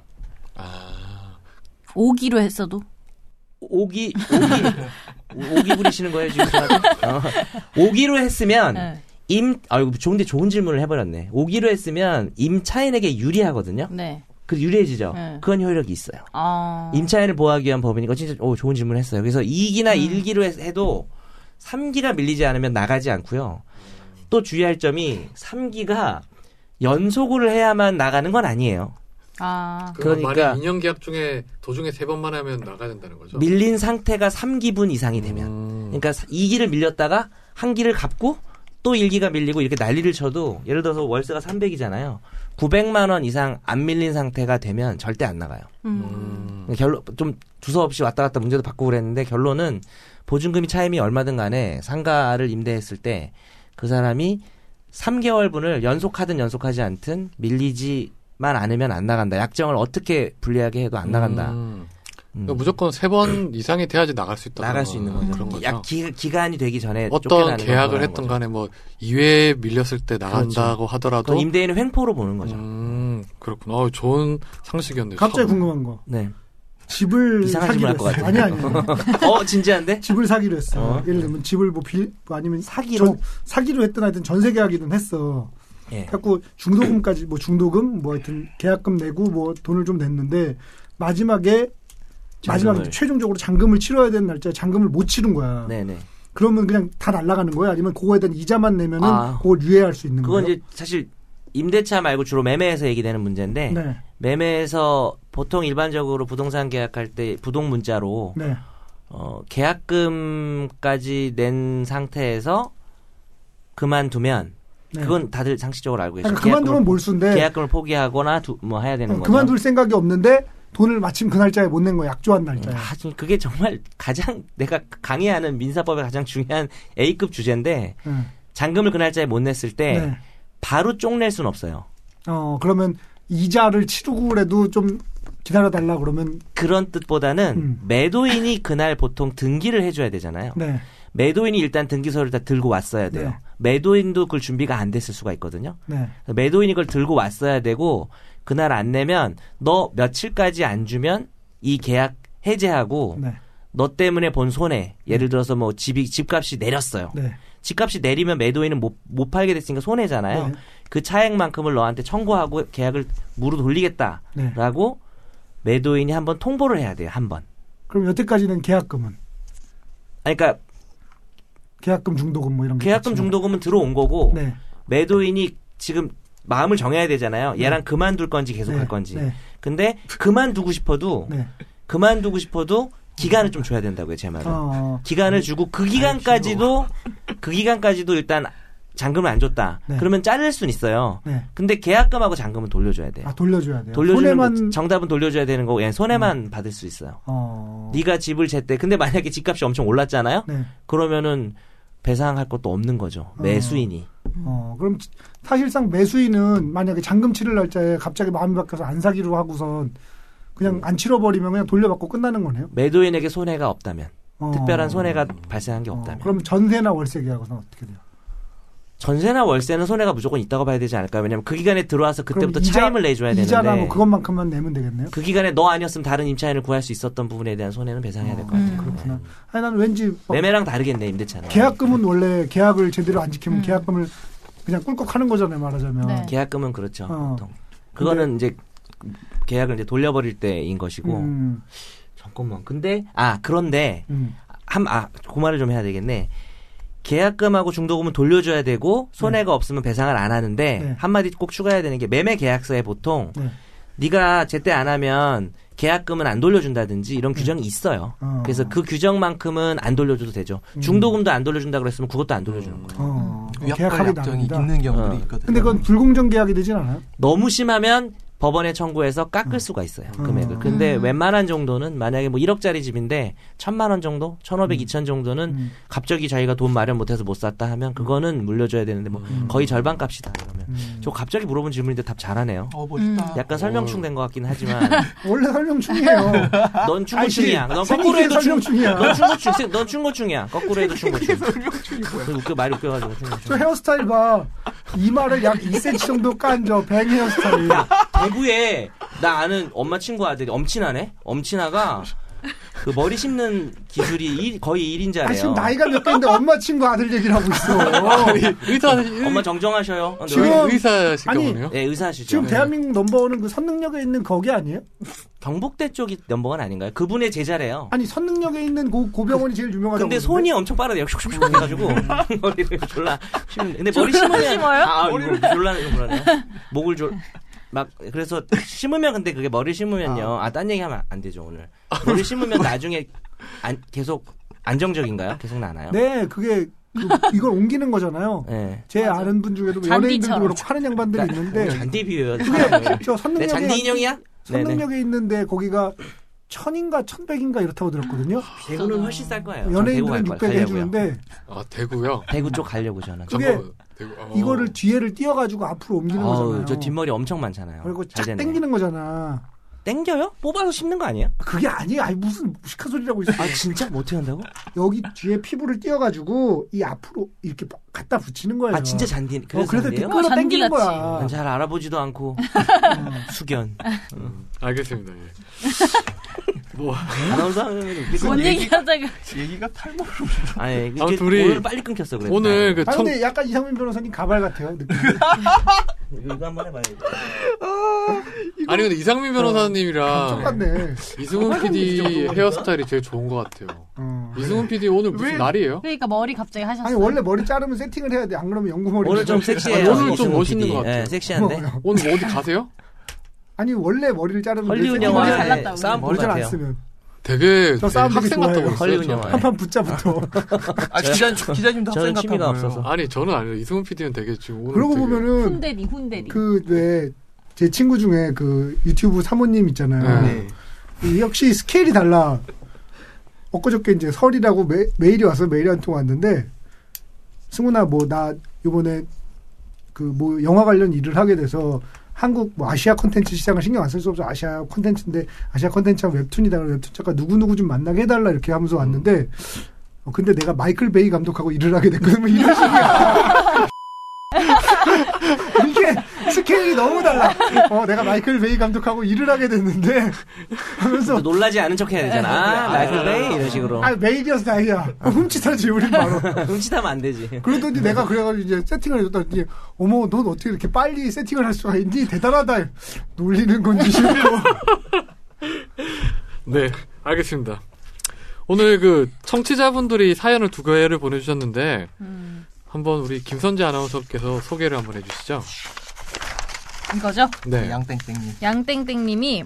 아, 오기로 했어도. 5기 5기 5기 부리시는 거예요 지금? 어. 5기로 했으면 네. 임 아이고 좋은데 좋은 질문을 해버렸네. 5기로 했으면 임차인에게 유리하거든요. 네. 그 유리해지죠. 네. 그건 효력이 있어요. 아. 임차인을 보호하기 위한 법이니까 진짜 오, 좋은 질문을 했어요. 그래서 음. 2기나 1기로 해도 3기가 밀리지 않으면 나가지 않고요. 또 주의할 점이 3기가 연속을 해야만 나가는 건 아니에요. 아. 그러니까 그러니까- 만약 2년 계약 중에 도중에 세 번만 하면 나가야 된다는 거죠. 밀린 상태가 3기분 이상이 되면. 그렇죠. 음. 그러니까 2기를 밀렸다가 1기를 갚고 또 1기가 밀리고 이렇게 난리를 쳐도 예를 들어서 월세가 300이잖아요. 900만 원 이상 안 밀린 상태가 되면 절대 안 나가요. 음. 음. 결론 좀 두서없이 왔다 갔다 문제도 바꾸고 그랬는데 결론은 보증금이 차임이 얼마든 간에 상가를 임대했을 때 그 사람이 3개월분을 연속하든 연속하지 않든 밀리지만 않으면 안 나간다. 약정을 어떻게 불리하게 해도 안 나간다. 음. 음. 그러니까 무조건 세 번 이상이 돼야지 나갈 수 있다. 나갈 수 있는 거죠. 그런 거죠. 약 기, 기간이 되기 전에 어떤 쫓겨나는 걸 계약을 원하는 했던 거죠. 그렇죠. 간에 뭐 2회 밀렸을 때 나간다고 그건 하더라도 임대인은 횡포로 보는 거죠. 음, 그렇구나. 어, 좋은 상식이었네요. 갑자기 처음. 궁금한 거. 네. 집을 이상한 음. 질문 사기로 할것 했어. 아니 같은데. 아니. 어 진지한데? 집을 사기로 했어. 어. 예를 들면 집을 뭐 빌 아니면 사기로? 전- 사기로 했든 하여튼 전세 계약이든 했어. 예. 자꾸 중도금까지 뭐 중도금 뭐 하여튼 계약금 내고 뭐 돈을 좀 냈는데 마지막에 마지막에 잔금을. 최종적으로 잔금을 치러야 되는 날짜에 잔금을 못 치른 거야. 네네. 그러면 그냥 다 날라가는 거야? 아니면 그거에 대한 이자만 내면은 아. 그걸 유예할 수 있는 그건 거예요? 이제 사실 임대차 말고 주로 매매에서 얘기되는 문제인데 네. 매매에서 보통 일반적으로 부동산 계약할 때 부동 문자로 네. 어, 계약금까지 낸 상태에서 그만두면 네. 그건 다들 상식적으로 알고 계시죠. 그러니까 그만두면 몰수인데 계약금을 포기하거나 두- 뭐 해야 되는 어, 거죠. 그만둘 생각이 없는데 돈을 마침 그 날짜에 못 낸 거야. 약조한 날짜에. 아, 좀 그게 정말 가장 내가 강의하는 민사법의 가장 중요한 A급 주제인데 네. 잔금을 그 날짜에 못 냈을 때 네. 바로 쪽낼 수는 없어요. 어, 그러면 이자를 치르고 그래도 좀 기다려달라 그러면 그런 뜻보다는 음. 매도인이 그날 보통 등기를 해줘야 되잖아요. 네. 매도인이 일단 등기서를 다 들고 왔어야 돼요. 네. 매도인도 그걸 준비가 안 됐을 수가 있거든요. 네. 그래서 매도인이 그걸 들고 왔어야 되고 그날 안 내면 너 며칠까지 안 주면 이 계약 해제하고 네. 너 때문에 본 손해 예를 들어서 뭐 집이 집값이 내렸어요. 네. 집값이 내리면 매도인은 못, 못 팔게 됐으니까 손해잖아요. 네. 그 차액만큼을 너한테 청구하고 계약을 무로 네. 돌리겠다라고 매도인이 한번 통보를 해야 돼요. 한 번. 그럼 여태까지는 계약금은 아니, 그러니까 계약금 중도금 뭐 이런 거 계약금 있잖아요. 중도금은 들어온 거고 네. 매도인이 지금 마음을 정해야 되잖아요. 얘랑 그만둘 건지 계속 네. 할 건지. 네. 근데 그만두고 싶어도 네. 그만두고 싶어도 기간을 좀 줘야 된다고요, 제 말은. 어. 기간을 주고 그 기간까지도 그 기간까지도 일단 잔금을 안 줬다. 네. 그러면 자를 순 있어요. 네. 근데 계약금하고 잔금은 돌려줘야 돼요. 아, 돌려줘야 돼요. 네. 돌려주는 손해만 음. 거- 정답은 돌려줘야 되는 거고 예, 손해만 받을 수 있어요. 어. 네가 집을 재 때 근데 만약에 집값이 엄청 올랐잖아요. 네. 그러면은 배상할 것도 없는 거죠. 어. 매수인이. 어, 그럼 지- 사실상 매수인은 만약에 잔금 치를 날짜에 갑자기 마음이 바뀌어서 안 사기로 하고선 그냥 음. 안 치러버리면 그냥 돌려받고 끝나는 거네요. 매도인에게 손해가 없다면 어. 특별한 손해가 발생한 게 어, 없다면 그럼 전세나 월세 계약은 어떻게 돼요? 전세나 월세는 손해가 무조건 있다고 봐야 되지 않을까 왜냐면 그 기간에 들어와서 그때부터 그럼 이자- 차임을 내줘야 이자나 되는데 뭐 그것만큼만 내면 되겠네요. 그 기간에 너 아니었으면 다른 임차인을 구할 수 있었던 부분에 대한 손해는 배상해야 될 것 음. 같아요 어, 네, 네. 그렇구나. 아니 나는 왠지 뭐 막 매매랑 다르겠네 임대차는 계약금은 원래 계약을 제대로 안 지키면 음. 계약금을 그냥 꿀꺽하는 거잖아요 말하자면. 네. 계약금은 그렇죠 어. 보통 그거는 이제 계약을 이제 돌려버릴 때인 것이고 음, 잠깐만 근데 아 그런데 음. 한, 아, 그 말을 좀 해야 되겠네. 계약금하고 중도금은 돌려줘야 되고 손해가 없으면 배상을 안 하는데 네. 한마디 꼭 추가해야 되는 게 매매 계약서에 보통 네. 네가 제때 안 하면 계약금은 안 돌려준다든지 이런 규정이 있어요. 어. 그래서 그 규정만큼은 안 돌려줘도 되죠. 음. 중도금도 안 돌려준다 그랬으면 그것도 안 돌려주는 음. 거예요. 어, 음. 위약과 계약하게 약정이 나옵니다. 있는 경우들이 어. 있거든요. 근데 그건 불공정 계약이 되진 않아요? 너무 심하면 법원에 청구해서 깎을 수가 있어요 음. 금액을. 근데 음. 웬만한 정도는 만약에 뭐 1억짜리 집인데 천만 원 정도, 1,500, 2,000 정도는 음. 갑자기 자기가 돈 마련 못해서 못 샀다 하면 그거는 물려줘야 되는데 뭐 음. 거의 절반 값이다 그러면. 음. 저 갑자기 물어본 질문인데 답 잘하네요. 어 멋있다. 음. 약간 설명충 된 것 같긴 하지만 원래 설명충이에요. 넌 충고충이야. 넌 거꾸로 생기게 해도 충, 설명충이야. 넌 충고충, 넌 충고충이야. 거꾸로 해도 충고충. 그 웃겨 말이 웃겨가지고 저 충고충. 헤어스타일 봐. 이마를 약 2cm 정도 깐 저 뱅 헤어스타일. 대구에 나 아는 엄마 친구 아들이 엄친아네. 엄친아가 그 머리 심는 기술이 일- 거의 아, 1인자래요. 지금 나이가 몇 개인데 엄마 친구 아들 얘기를 하고 있어. 아니, 의사 의- 엄마 정정하셔요. 어, 지금- 네, 의사실 아니, 경우네요. 네, 의사시죠. 지금 네. 대한민국 넘버원은 그 선능력에 있는 거기 아니에요? 경북대 쪽이 넘버원 아닌가요? 그분의 제자래요. 아니 선능력에 있는 고, 고병원이 제일 유명하다고. 근데 그러는데? 손이 엄청 빠르대요. 슉슉슉 음. 해가지고 머리를 졸라 심는데 근데 머리 졸라 심으면 심어요? 아, 이거 졸라 졸라네. 목을 졸막 그래서 심으면 근데 그게 머리 심으면요. 아 딴 얘기하면 안 되죠 오늘. 머리 심으면 나중에 안 계속 안정적인가요? 계속 나나요? 네, 그게 그, 이걸 옮기는 거잖아요. 네. 제 아는분 중에도 연예인들도 잔디처럼. 그렇고 하는 양반들이 있는데 잔디 비유예요. 저 네, 선능력에 잔디 인형이야? 네네. 선능력에 있는데 거기가 천인가 천백인가 이렇다고 들었거든요. 대구는 훨씬 쌀 거예요. 아, 저 대구 갈 아, 연예인들은 거예요. 600 가려고요. 해주는데 아 대구요. 대구 쪽 가려고 저는. 그게 잠깐만, 대구. 어. 이거를 뒤에를 띄어가지고 앞으로 옮기는 어우, 거잖아요. 저 뒷머리 엄청 많잖아요. 그리고 잘 쫙 됐네. 땡기는 거잖아. 땡겨요? 뽑아서 심는 거 아니에요? 그게 아니야. 아니 무슨 무식한 소리라고 있어. 아 진짜 못해 한다고? 여기 뒤에 피부를 띄어가지고 이 앞으로 이렇게 막 갖다 붙이는 거예요. 아 진짜 잔디 어, 그래서 그래서 잔디예요? 끌어 잔디 당기는 같지. 거야. 난 잘 알아보지도 않고 수견 음, 알겠습니다. 예. 뭐 아나운서 하면 웃기고 음. 뭔 얘기 하다가 얘기가 탈모. 아니 이게 아무튼 우리 오늘 빨리 끊겼어 그래 오늘 그 아 청, 근데 약간 이상민 변호사님 가발 같아요. 느낌이. 네. 이거 한번 해봐요 이거. 아니 근데 어, 이상민 변호사님이랑 똑같네. 이승훈 PD 헤어스타일이 제일 좋은 것 같아요. 어. 이승훈 PD 오늘 무슨 왜? 날이에요? 그러니까 머리 갑자기 하셨어요. 아니 원래 머리 자르면 세팅을 해야 돼. 안 그러면 연구머리. 오늘 좀 섹시해요 오늘 좀 이승훈 멋있는 PD. 것 같아요. 예, 섹시한데 오늘 뭐 어디 가세요? 아니 원래 뭐, 머리를 자르면 헐리우드 세팅을 머리 해야 돼. 잘랐다, 영화에 오늘. 싸움 머리 것 잘 안 같아요 네. 쓰면 되게 네, 저 싸움 되게 학생 같다고 좋아해요. 그랬어요. 헐리우드 저한테. 영화 한판 붙잡부터. 아 기자 기자님도 저는 학생 같아 취미가 보여요. 없어서. 아니 저는 아니에요. 이승훈 PD는 되게 지금 오늘 그러고 되게- 보면은 훈대리 훈대리. 그 왜 제 친구 중에 그 유튜브 사모님 있잖아요. 네. 네. 이 역시 스케일이 달라. 엊그저께 이제 설이라고 메, 메일이 와서 메일이 한 통 왔는데 승훈아 뭐 나 요번에 그 뭐 영화 관련 일을 하게 돼서 한국 뭐 아시아 콘텐츠 시장을 신경 안 쓸 수 없어 아시아 콘텐츠인데 아시아 콘텐츠가 웹툰이다 그래서 웹툰 작가 누구누구 좀 만나게 해달라 이렇게 하면서 왔는데 어, 근데 내가 마이클 베이 감독하고 일을 하게 됐거든 뭐 이런 식이야 이게 스케일이 너무 달라 어 내가 마이클 베이 감독하고 일을 하게 됐는데 하면서 또 놀라지 않은 척 해야 되잖아 아 라이프 베이 이런 식으로 아, 메이디어스 다이야. 훔치다지, 우린 바로. 훔치다면 안 되지 그러더니 내가 그래가지고 이제 세팅을 해줬더니, 어머, 넌 어떻게 이렇게 빨리 세팅을 할 수가 있니? 대단하다. 놀리는 건지 싫고. 그러니까 네, 알겠습니다. 오늘 그 청취자분들이 사연을 두 개를 보내주셨는데 음, 한번 우리 김선재 아나운서께서 소개를 한번 해주시죠. 이거죠? 네, 양땡땡님. 양땡땡님이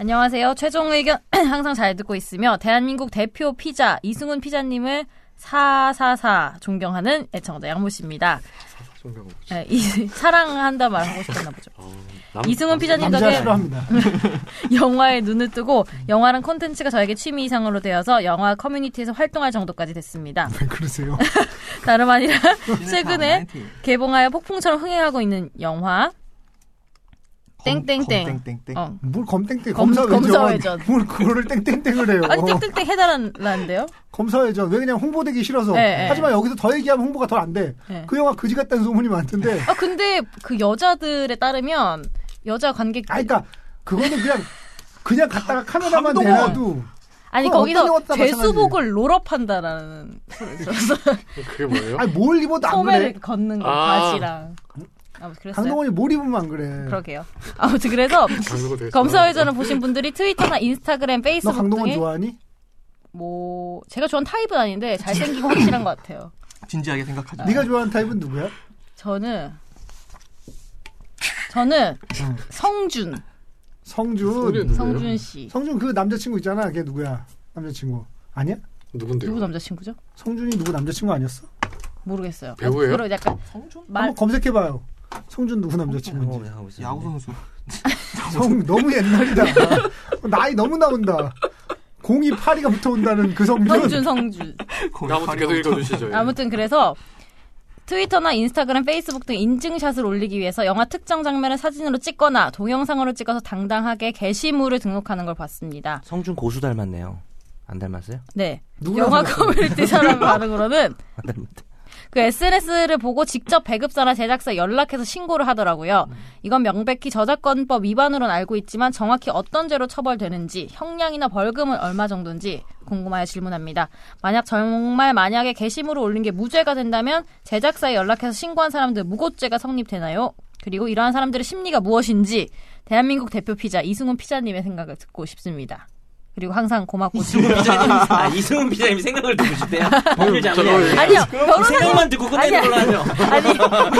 안녕하세요. 최종 의견 항상 잘 듣고 있으며 대한민국 대표 피자 이승훈 피자님을 444 존경하는 애청자 양모 씨입니다. 송병호. 예, 이- 사랑한다 말 하고 싶었나 보죠. 어, 남- 이승훈 피자님 아, 남자 덕에 싫어합니다. 영화에 눈을 뜨고 음. 영화란 콘텐츠가 저에게 취미 이상으로 되어서 영화 커뮤니티에서 활동할 정도까지 됐습니다. 왜 그러세요? 다름 아니라 최근에 나인틴. 개봉하여 폭풍처럼 흥행하고 있는 영화 검- 땡땡땡. 네. 검땡땡땡. 어. 뭘 검땡땡, 검- 검사 외전. 검사 외전. 뭘 그거를 땡땡땡을 해요. 아니 땡땡땡 해달라는데요? 검사 외전. 왜 그냥 홍보되기 싫어서. 네, 하지만 여기서 더 얘기하면 홍보가 덜 안 돼. 네. 그 영화 그지 같다는 소문이 많던데. 아 근데 그 여자들에 따르면 여자 관객 아, 그니까, 그거는 그냥, 그냥 갔다가 카메라만 감동은. 내놔도. 아니 그건 어떤 거기서 영화보다 죄수복을 롤업한다라는 그게 뭐예요? 아니, 뭘 입어도 안 그래. 소매를 걷는 거 아. 바지랑 아무튼 그랬어요. 강동원이 뭘 입으면 안 그래. 그러게요. 아무튼 그래서 강도가 되게 검사회전을 보신 분들이 트위터나 인스타그램, 너 페이스북 강동원 등에 좋아하니? 뭐 제가 좋아하는 타입은 아닌데 잘생기고 확실한 것 같아요. 진지하게 생각하자. 네가 좋아하는 타입은 누구야? 저는 저는 음. 성준 성준이 성준. 누구예요? 성준 씨 성준 그 남자친구 있잖아. 걔 누구야? 남자친구. 아니야? 누군데요? 누구 남자친구죠? 성준이 누구 남자친구 아니었어? 모르겠어요. 배우예요? 그런 약간 성준? 말 한번 검색해봐요. 성준 누구 어, 뭐, 남자친구인지. 야구 선수. 어. 성 너무 옛날이다. 나이 너무 나온다. 공이 파리가 붙어온다는 그 성준. 성준 성준 거기 아무튼 계속 발이 읽어주시죠. 예. 아무튼 그래서 트위터나 인스타그램, 페이스북 등 인증샷을 올리기 위해서 영화 특정 장면을 사진으로 찍거나 동영상으로 찍어서 당당하게 게시물을 등록하는 걸 봤습니다. 성준 고수 닮았네요. 안 닮았어요? 네. 누구랑 영화 사귀었어? 커뮤니티 사람 반응으로는 안 닮았대. 그 SNS를 보고 직접 배급사나 제작사에 연락해서 신고를 하더라고요. 음. 이건 명백히 저작권법 위반으로는 알고 있지만 정확히 어떤 죄로 처벌되는지, 형량이나 벌금은 얼마 정도인지 궁금하여 질문합니다. 만약 정말 만약에 게시물을 올린 게 무죄가 된다면 제작사에 연락해서 신고한 사람들 무고죄가 성립되나요? 그리고 이러한 사람들의 심리가 무엇인지 대한민국 대표 피자 이승훈 피자님의 생각을 듣고 싶습니다. 그리고 항상 고맙고 이승훈 피자님, 아, 이승훈 피자님 생각을 듣고 싶대요? 법률 저걸- 장례. 아니요, 그 생각만 듣고 끝내는 아니야. 걸로 하죠. 아니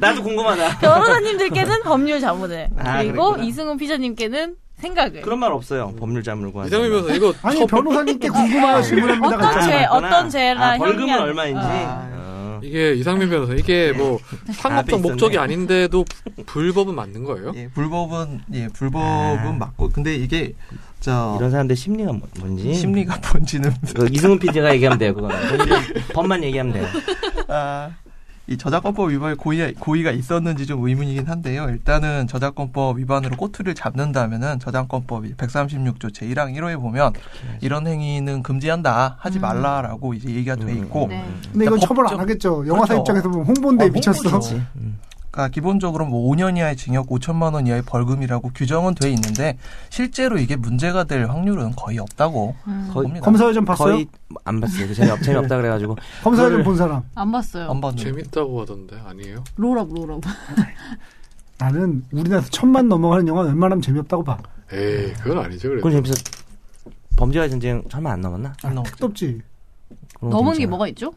나도 궁금하다. 변호사님들께는 법률 자문을 아, 그리고 그랬구나. 이승훈 피자님께는 생각을 그런 말 없어요. 법률 자문과. 이상민 변호사 이거 아니 첫- 변호사님께 아, 궁금한 질문합니다. 어떤 갑자기. 죄, 어떤 죄나 아, 벌금은 형량. 얼마인지. 아. 어. 이게 이상민 변호사 이게 뭐 상업적 있었네. 목적이 아닌데도 불법은 맞는 거예요? 예, 불법은 예, 불법은 아. 맞고 근데 이게 저 이런 사람들 심리가 뭐- 뭔지. 심리가 뭔지는 그 이승훈 PD가 얘기하면 돼요, 그거는. 법률- 법만 얘기하면 돼요. 아, 이 저작권법 위반 고의 고의가 있었는지 좀 의문이긴 한데요. 일단은 저작권법 위반으로 꼬투리를 잡는다면은 저작권법 136조 제1항 1호에 보면 이런 행위는 금지한다. 음. 하지 말라라고 이제 얘기가 돼 있고 네. 음. 근데 이건 법적- 처벌 안 하겠죠. 영화사 그렇죠. 입장에서 보면 홍보인데 아, 미쳤어. 홍보죠. 음. 그러니까 기본적으로 뭐 5년 이하의 징역 5천만 원 이하의 벌금이라고 규정은 돼 있는데 실제로 이게 문제가 될 확률은 거의 없다고 음, 거의- 봅니다. 검사회 좀 봤어요? 거의 안 봤어요. 그 재미, 재미없다 그래가지고. 검사회 그거를- 좀 본 사람. 안 봤어요. 안 봤는데. 재밌다고 하던데 아니에요? 롤업 롤업. 나는 우리나라에서 천만 넘어가는 영화 웬만하면 재미없다고 봐. 에이 그건 아니죠 그래도 그건 재밌어. 범죄와 전쟁 설마 안 넘었나? 안 나오죠. 특덥지. 그런 거 넘은 게 괜찮아. 뭐가 있죠?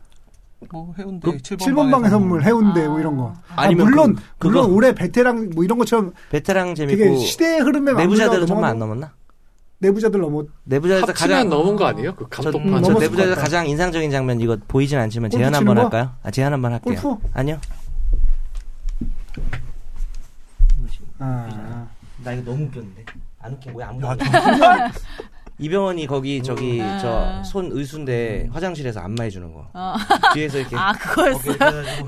뭐 해운대 그 7번, 칠 7번 방의 선물, 해운대 뭐 이런 거. 아, 아니면 물론 그- 물론 그거- 올해 베테랑 뭐 이런 것처럼 베테랑 재밌고 되게 시대의 흐름에 내부자들은 맞물려 설마 안 넘어가는- 넘었나? 내부자들 넘어 내부자에서 합치면 가장 넘은 거 아니에요? 그 저, 감독판 음, 저 넘었을 내부자에서 것 같다. 가장 인상적인 장면 이거 보이진 않지만 골프 제안 치는 한번 거? 할까요? 아 제안 한번 할게요. 골프? 아니요. 아. 나 이거 너무 웃겼는데 안 웃긴 거야 아무도 야, 이병헌이 거기 저기 음. 저 아. 손 의수인데 화장실에서 안마해 주는 거 아. 뒤에서 이렇게 아 그거였어. 어깨 이렇게 해가지고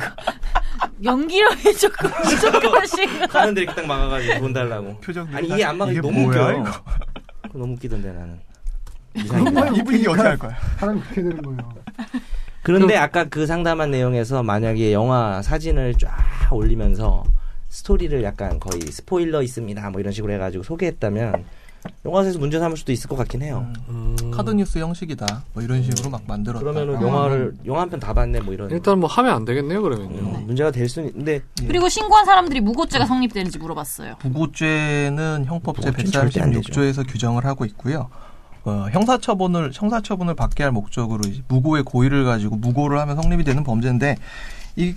연기력이 조금 부족하신 거. 가는데 이렇게 딱 막아가지고 돈 달라고 표정 아니 이게 안마가 이게 너무 뭐야, 웃겨 이거? 그거 너무 웃기던데 나는 그런 그러니까 거에 네. 이 분위기 어떻게 웃기니까 할 거야? 사람이 그렇게 되는 거예요. 그런데 아까 그 상담한 내용에서 만약에 영화 사진을 쫙 올리면서 스토리를 약간 거의 스포일러 있습니다 뭐 이런 식으로 해가지고 소개했다면 영화에서 문제 삼을 수도 있을 것 같긴 해요 음, 카드 뉴스 형식이다. 뭐 이런 식으로 막 만들었다. 음. 그러면은 영화를 영화 한 편 다 봤네 뭐 이런 일단 뭐 하면 안 되겠네요 그러면요. 음, 문제가 될 수는 있는데 그리고 신고한 사람들이 무고죄가 성립되는지 물어봤어요. 부고죄는 형법제 부고죄는 절대 안 되죠. 136조에서 규정을 하고 있고요. 어, 형사처분을 형사처분을 받게 할 목적으로 이제 무고의 고의를 가지고 무고를 하면 성립이 되는 범죄인데 이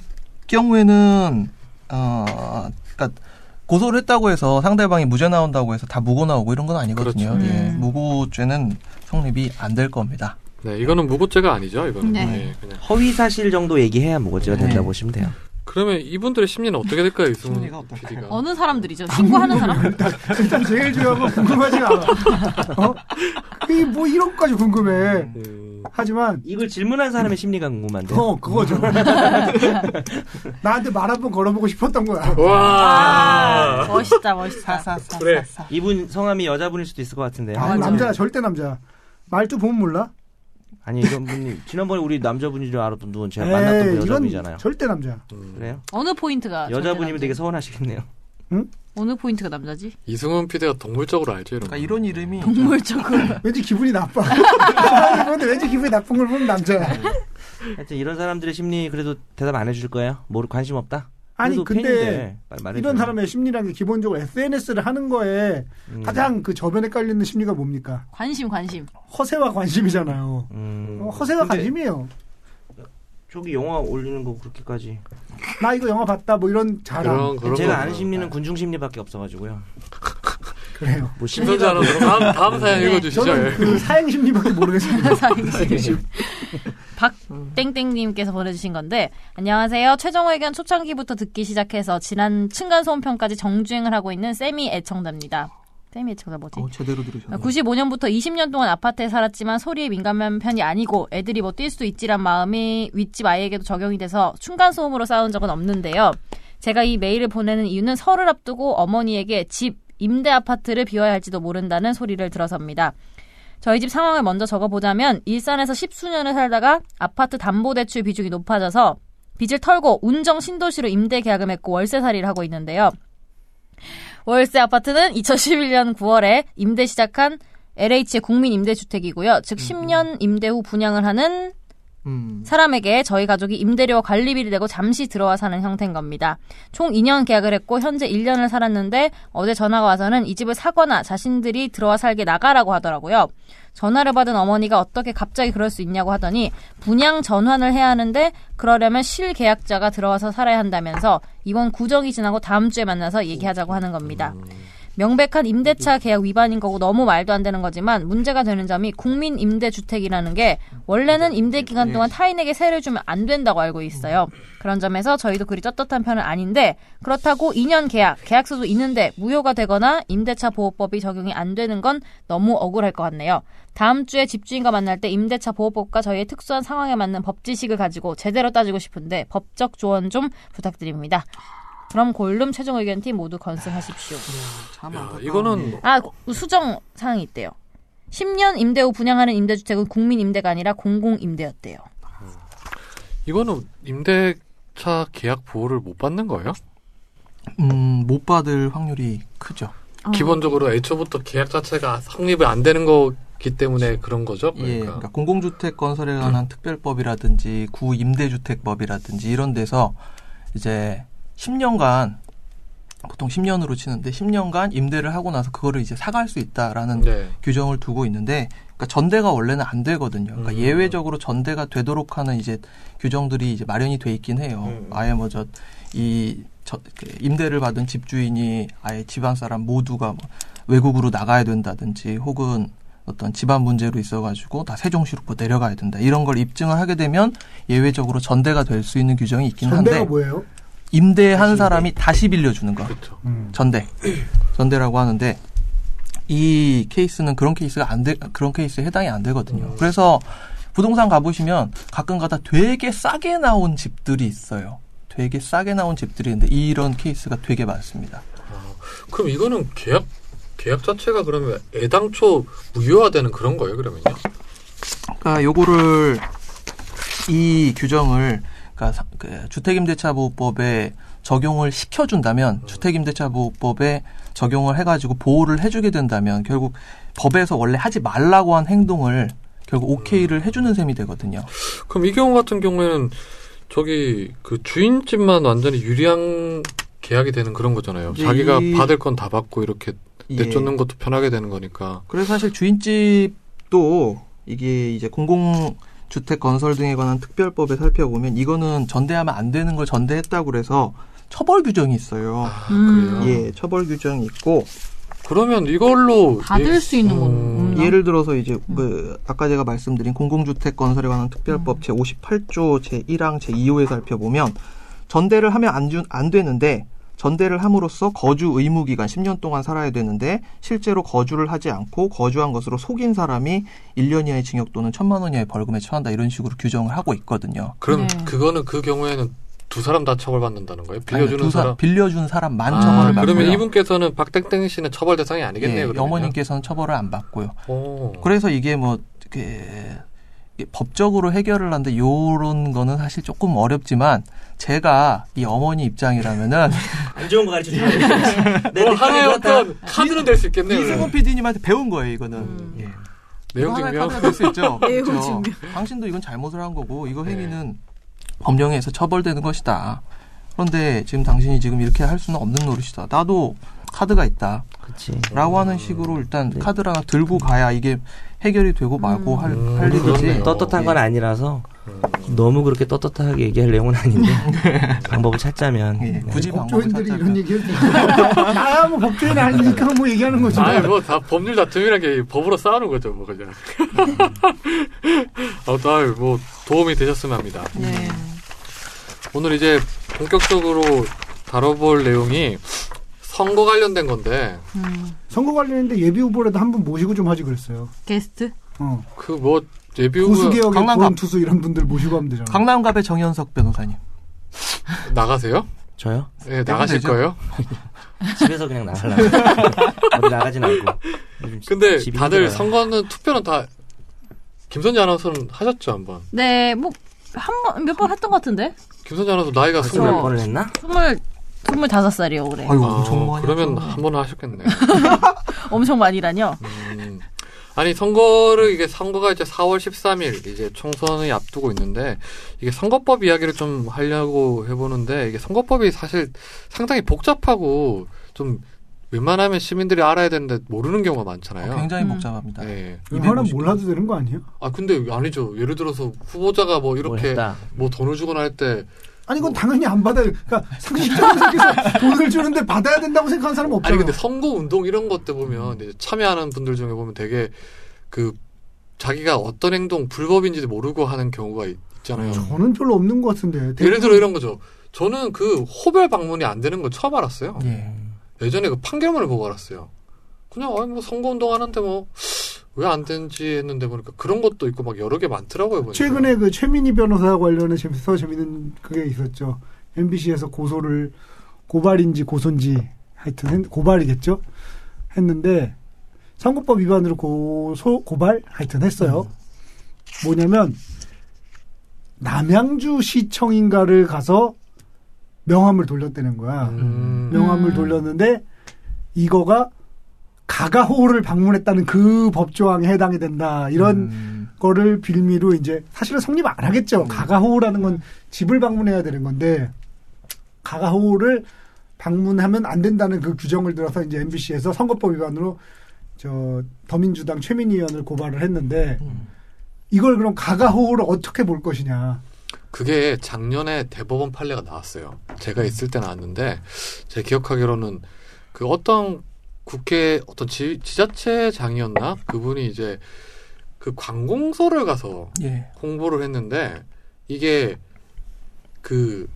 경우에는 어, 그러니까 고소를 했다고 해서 상대방이 무죄 나온다고 해서 다 무고 나오고 이런 건 아니거든요. 그렇죠. 예, 음. 무고죄는 성립이 안 될 겁니다. 네 이거는 무고죄가 아니죠 이거는. 네. 예, 그냥. 허위 사실 정도 얘기해야 무고죄가 된다 네. 고 보시면 돼요. 그러면 이분들의 심리는 어떻게 될까요 이승훈 심리가 어떨까요? PD가? 어느 사람들이죠? 신고하는 사람. 일단 제일 중요한 건 궁금하지가 않아. 어? 이게 뭐 이런 것까지 궁금해. 음. 하지만 이걸 질문한 사람의 심리가 궁금한데. 요 어 그거죠. 나한테 말 한 번 걸어보고 싶었던 거야. 와. 아, 멋있다, 멋있다. 사사사. 그래. 이분 성함이 여자분일 수도 있을 것 같은데요. 아, 남자야 네. 절대 남자. 말투 보면 몰라? 아니 이런 분이 지난번에 우리 남자분인 줄 알았던 분 제가 에이, 만났던 분 네, 이건 여자분이잖아요. 절대 남자. 그래요? 어느 포인트가 여자분이면 절대 되게 아, 남자? 서운하시겠네요. 어느 포인트가 남자지? 이승훈 PD가 동물적으로 알죠 이런. 그러니까 거. 이런 이름이 음. 네. 동물적으로. 왠지 기분이 나빠. 그런데 왠지 기분이 나쁜 네. 걸 보면 남자야. 하여튼 이런 사람들의 심리 그래도 대답 안 해줄 거예요. 모르 관심 없다. 아니 그래도 근데 팬인데 빨리 말해줘요. 이런 사람의 심리라는 게 기본적으로 SNS를 하는 거에 음. 가장 그 저변에 깔리는 심리가 뭡니까? 관심 관심. 허세와 관심이잖아요. 음. 어, 허세와 근데 관심이에요. 저기 영화 올리는 거 그렇게까지 그러니까 나 이거 영화 봤다 뭐 이런 자랑 그런 그런 제가 거. 아는 심리는 군중 심리밖에 없어가지고요. 그래요 뭐 김선재 심리가 아나운서 다음 다음 사연 네. 읽어주시죠. 저는 예. 그 사행 심리밖에 모르겠습니다. 박땡땡님께서 보내주신 건데 안녕하세요. 최종 의견 초창기부터 듣기 시작해서 지난 층간 소음 편까지 정주행을 하고 있는 세미 애청자입니다. 세미 애청자 뭐지? 어, 제대로 아, 들으셨네요. 95년부터 20년 동안 아파트에 살았지만 소리에 민감한 편이 아니고 애들이 뭐 뛸 수도 있지란 마음이 윗집 아이에게도 적용이 돼서 층간소음으로 싸운 적은 없는데요. 제가 이 메일을 보내는 이유는 설을 앞두고 어머니에게 집, 임대 아파트를 비워야 할지도 모른다는 소리를 들어서입니다. 저희 집 상황을 먼저 적어보자면 일산에서 십수년을 살다가 아파트 담보대출 비중이 높아져서 빚을 털고 운정 신도시로 임대 계약을 맺고 월세살이를 하고 있는데요. 월세 아파트는 2011년 9월에 임대 시작한 LH의 국민 임대주택이고요. 즉 10년 임대 후 분양을 하는 음. 사람에게 저희 가족이 임대료와 관리비를 내고 잠시 들어와 사는 형태인 겁니다. 총 2년 계약을 했고 현재 1년을 살았는데 어제 전화가 와서는 이 집을 사거나 자신들이 들어와 살게 나가라고 하더라고요. 전화를 받은 어머니가 어떻게 갑자기 그럴 수 있냐고 하더니 분양 전환을 해야 하는데 그러려면 실계약자가 들어와서 살아야 한다면서 이번 구정이 지나고 다음 주에 만나서 얘기하자고 하는 겁니다. 명백한 임대차 계약 위반인 거고 너무 말도 안 되는 거지만 문제가 되는 점이 국민 임대주택이라는 게 원래는 임대 기간 동안 타인에게 세를 주면 안 된다고 알고 있어요. 그런 점에서 저희도 그리 떳떳한 편은 아닌데 그렇다고 2년 계약, 계약서도 있는데 무효가 되거나 임대차 보호법이 적용이 안 되는 건 너무 억울할 것 같네요. 다음 주에 집주인과 만날 때 임대차 보호법과 저희의 특수한 상황에 맞는 법 지식을 가지고 제대로 따지고 싶은데 법적 조언 좀 부탁드립니다. 그럼 골룸 최종 의견 팀 모두 건승하십시오. 참 야, 안타까운. 이거는 아, 수정 사항이 있대요. 10년 임대 후 분양하는 임대주택은 국민 임대가 아니라 공공 임대였대요. 이거는 임대차 계약 보호를 못 받는 거예요? 음, 못 받을 확률이 크죠. 어. 기본적으로 애초부터 계약 자체가 성립이 안 되는 거기 때문에 그런 거죠. 예, 그러니까. 그러니까 공공주택 건설에 관한 특별법이라든지 구임대주택법이라든지 이런 데서 이제 10년간 보통 10년으로 치는데 10년간 임대를 하고 나서 그거를 이제 사갈 수 있다라는 네. 규정을 두고 있는데 그러니까 전대가 원래는 안 되거든요. 그러니까 음. 예외적으로 전대가 되도록 하는 이제 규정들이 이제 마련이 돼 있긴 해요. 음. 아예 뭐 뭐저이 저, 그 임대를 받은 집주인이 아예 집안 사람 모두가 뭐 외국으로 나가야 된다든지 혹은 어떤 집안 문제로 있어가지고 다 세종시로 내려가야 된다 이런 걸 입증을 하게 되면 예외적으로 전대가 될 수 있는 규정이 있긴 전대가 한데 뭐예요? 임대한 사람이 다시 빌려주는 거. 그렇죠. 음. 음. 전대 전대라고 하는데 이 케이스는 그런 케이스가 안 돼 그런 케이스에 해당이 안 되거든요. 음. 그래서 부동산 가보시면 가끔가다 되게 싸게 나온 집들이 있어요. 되게 싸게 나온 집들이 있는데 이런 케이스가 되게 많습니다. 그럼 이거는 계약 계약 자체가 그러면 애당초 무효화되는 그런 거예요, 그러면요? 그러니까 요거를 이 규정을 그러니까 사- 그 주택임대차보호법에 적용을 시켜준다면 주택임대차보호법에 적용을 해가지고 보호를 해주게 된다면 결국 법에서 원래 하지 말라고 한 행동을 결국 오케이를 해주는 셈이 되거든요. 그럼 이 경우 같은 경우에는 저기 그 주인집만 완전히 유리한 계약이 되는 그런 거잖아요. 이제 자기가 이- 예. 받을 건 다 받고 이렇게 내쫓는 것도 편하게 되는 거니까. 그래서 사실 주인집도 이게 이제 공공 주택 건설 등에 관한 특별법에 살펴보면 이거는 전대하면 안 되는 걸 전대했다고 그래서 처벌 규정이 있어요. 아, 음. 그래요. 예, 처벌 규정이 있고 그러면 이걸로 받을 예- 수 있는 건 없나? 예를 들어서 이제 그 아까 제가 말씀드린 공공주택 건설에 관한 특별법 제 58조 제 1항 제 2호에 살펴보면 전대를 하면 안, 주- 안 되는데 전대를 함으로써 거주 의무 기간 10년 동안 살아야 되는데 실제로 거주를 하지 않고 거주한 것으로 속인 사람이 1년 이하의 징역 또는 1천만 원 이하의 벌금에 처한다 이런 식으로 규정을 하고 있거든요. 그럼 네. 그거는 그 경우에는 두 사람 다 처벌받는다는 거예요? 아니, 빌려주는 두 사- 사람. 빌려준 사람만 아, 처벌을 받고요. 그러면 이분께서는 박땡땡 씨는 처벌 대상이 아니겠네요. 예, 그러면요? 어머님께서는 처벌을 안 받고요. 오. 그래서 이게 뭐 이렇게 이게 법적으로 해결을 하는데 요런 거는 사실 조금 어렵지만 제가 이 어머니 입장이라면은 안 좋은 거 가르쳐 네, 주세요. 뭐 하나의 어떤 카드는 될 수 있겠네요. 이승훈 PD님한테 배운 거예요 이거는 음. 예. 내용 이거 하나의 증명. 카드가 될 수 있죠 내용 그렇죠? 증명. 당신도 이건 잘못을 한 거고 이거 네. 행위는 법령에서 처벌되는 것이다 그런데 지금 당신이 지금 이렇게 할 수는 없는 노릇이다. 나도 카드가 있다. 그치. 라고 하는 식으로 일단 네. 카드를 하나 들고 가야 이게 해결이 되고 말고 할, 할 음, 일이지. 그렇네요. 음. 떳떳한 건 예. 아니라서 너무 그렇게 떳떳하게 얘기할 내용은 아닌데 네. 방법을 찾자면 예, 네. 굳이 방법을 법조인들이 찾자면. 이런 얘기를 나야 뭐 법조인 아니니까 뭐 얘기하는 거지. 아니 뭐 다 법률 다툼이란 게 법으로 싸우는 거죠 뭐 그냥. 아무튼 아유, 뭐 도움이 되셨으면 합니다. 네. 음. 오늘 이제 본격적으로 다뤄볼 내용이 선거 관련된 건데 음. 선거 관련인데 예비 후보라도 한 분 모시고 좀 하지 그랬어요. 게스트? 어. 그 뭐 예비 후보 보수개혁의 강남 보험 투수 이런 분들 모시고 하면 되잖아. 강남갑의 정현석 변호사님. 나가세요? 저요? 예, 나가실 되죠. 거예요? 집에서 그냥 나가려고 어디 나가진 않고 요즘 집- 근데 집이 다들 힘들어요. 선거는 투표는 다 김선재 아나운서는 하셨죠 한번. 네, 뭐, 한 번, 몇 번 했던 것 같은데? 김선재 아나운서 나이가 벌써 스물. 몇 번을 했나? 스물, 스물다섯 살이요, 그래. 아이고, 아, 엄청 많이. 그러면 하죠. 한 번은 하셨겠네. 엄청 많이라뇨? 음. 아니 선거를 이게 선거가 이제 4월 13일 이제 총선을 앞두고 있는데 이게 선거법 이야기를 좀 하려고 해보는데 이게 선거법이 사실 상당히 복잡하고 좀 웬만하면 시민들이 알아야 되는데 모르는 경우가 많잖아요. 어, 굉장히 음. 복잡합니다. 네. 이거는 250. 몰라도 되는 거 아니에요? 아 근데 아니죠. 예를 들어서 후보자가 뭐 뭘 이렇게 했다. 뭐 돈을 주거나 할때 아니 이건 당연히 안 받아요. 그러니까 상식적으로 생각해서 돈을 주는데 받아야 된다고 생각하는 사람 아니 없잖아요. 근데 선거 운동 이런 것 때 보면 이제 참여하는 분들 중에 보면 되게 그 자기가 어떤 행동 불법인지도 모르고 하는 경우가 있- 있잖아요. 저는 별로 없는 것 같은데. 예를 들어 이런 거죠. 저는 그 호별 방문이 안 되는 건 처음 알았어요. 예. 예전에 그 판결문을 보고 알았어요. 그냥 아니 뭐 선거 운동하는데 뭐 왜 안 되는지 했는데 보니까 그런 것도 있고 막 여러 개 많더라고요. 보니까. 최근에 그 최민희 변호사 관련해 재밌어 재밌는 그게 있었죠. MBC에서 고소를 고발인지 고소인지 하여튼 했- 고발이겠죠. 했는데 선거법 위반으로 고소 고발 하여튼 했어요. 뭐냐면 남양주 시청인가를 가서 명함을 돌렸다는 거야. 음. 명함을 음. 돌렸는데 이거가 가가호를 방문했다는 그 법조항에 해당이 된다. 이런 음. 거를 빌미로 이제 사실은 성립 안 하겠죠. 가가호우라는 건 집을 방문해야 되는 건데 가가호우를 방문하면 안 된다는 그 규정을 들어서 이제 MBC에서 선거법 위반으로 저 더민주당 최민희 의원을 고발을 했는데 음. 이걸 그럼 가가호우를 어떻게 볼 것이냐. 그게 작년에 대법원 판례가 나왔어요. 제가 있을 때 나왔는데 제 기억하기로는 그 어떤 국회 어떤 지, 지자체장이었나 그분이 이제 그 관공서를 가서 예. 홍보를 했는데 이게 그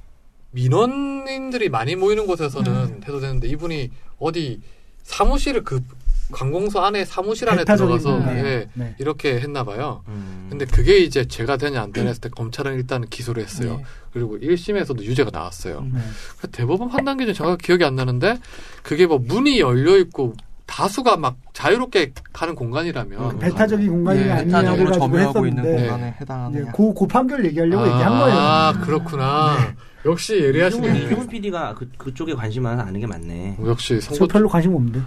민원인들이 많이 모이는 곳에서는 음. 해도 되는데 이분이 어디 사무실을 그 관공서 안에 사무실 안에 배타적인 들어가서 건가요? 예, 네. 이렇게 했나 봐요. 음. 근데 그게 이제 죄가 되냐 안 되냐 했을 때 검찰은 일단 기소를 했어요. 네. 그리고 1심에서도 유죄가 나왔어요. 네. 그 대법원 판단 기준 정확히 기억이 안 나는데 그게 뭐 문이 열려 있고 다수가 막 자유롭게 가는 공간이라면 그 음. 가적인 공간이 예, 아니냐를 배타적으로 가지고 점유하고 했었는데 있는 공간에 이제 해당하는. 그, 그 판결 얘기하려고 얘기한 거예요. 네. 아, 그렇구나. 역시 예리하시네. 이종훈, 이종훈 PD가 그, 그쪽에 관심 많아서 아는 게 많네. 역시 저 선거 별로 관심 없는데.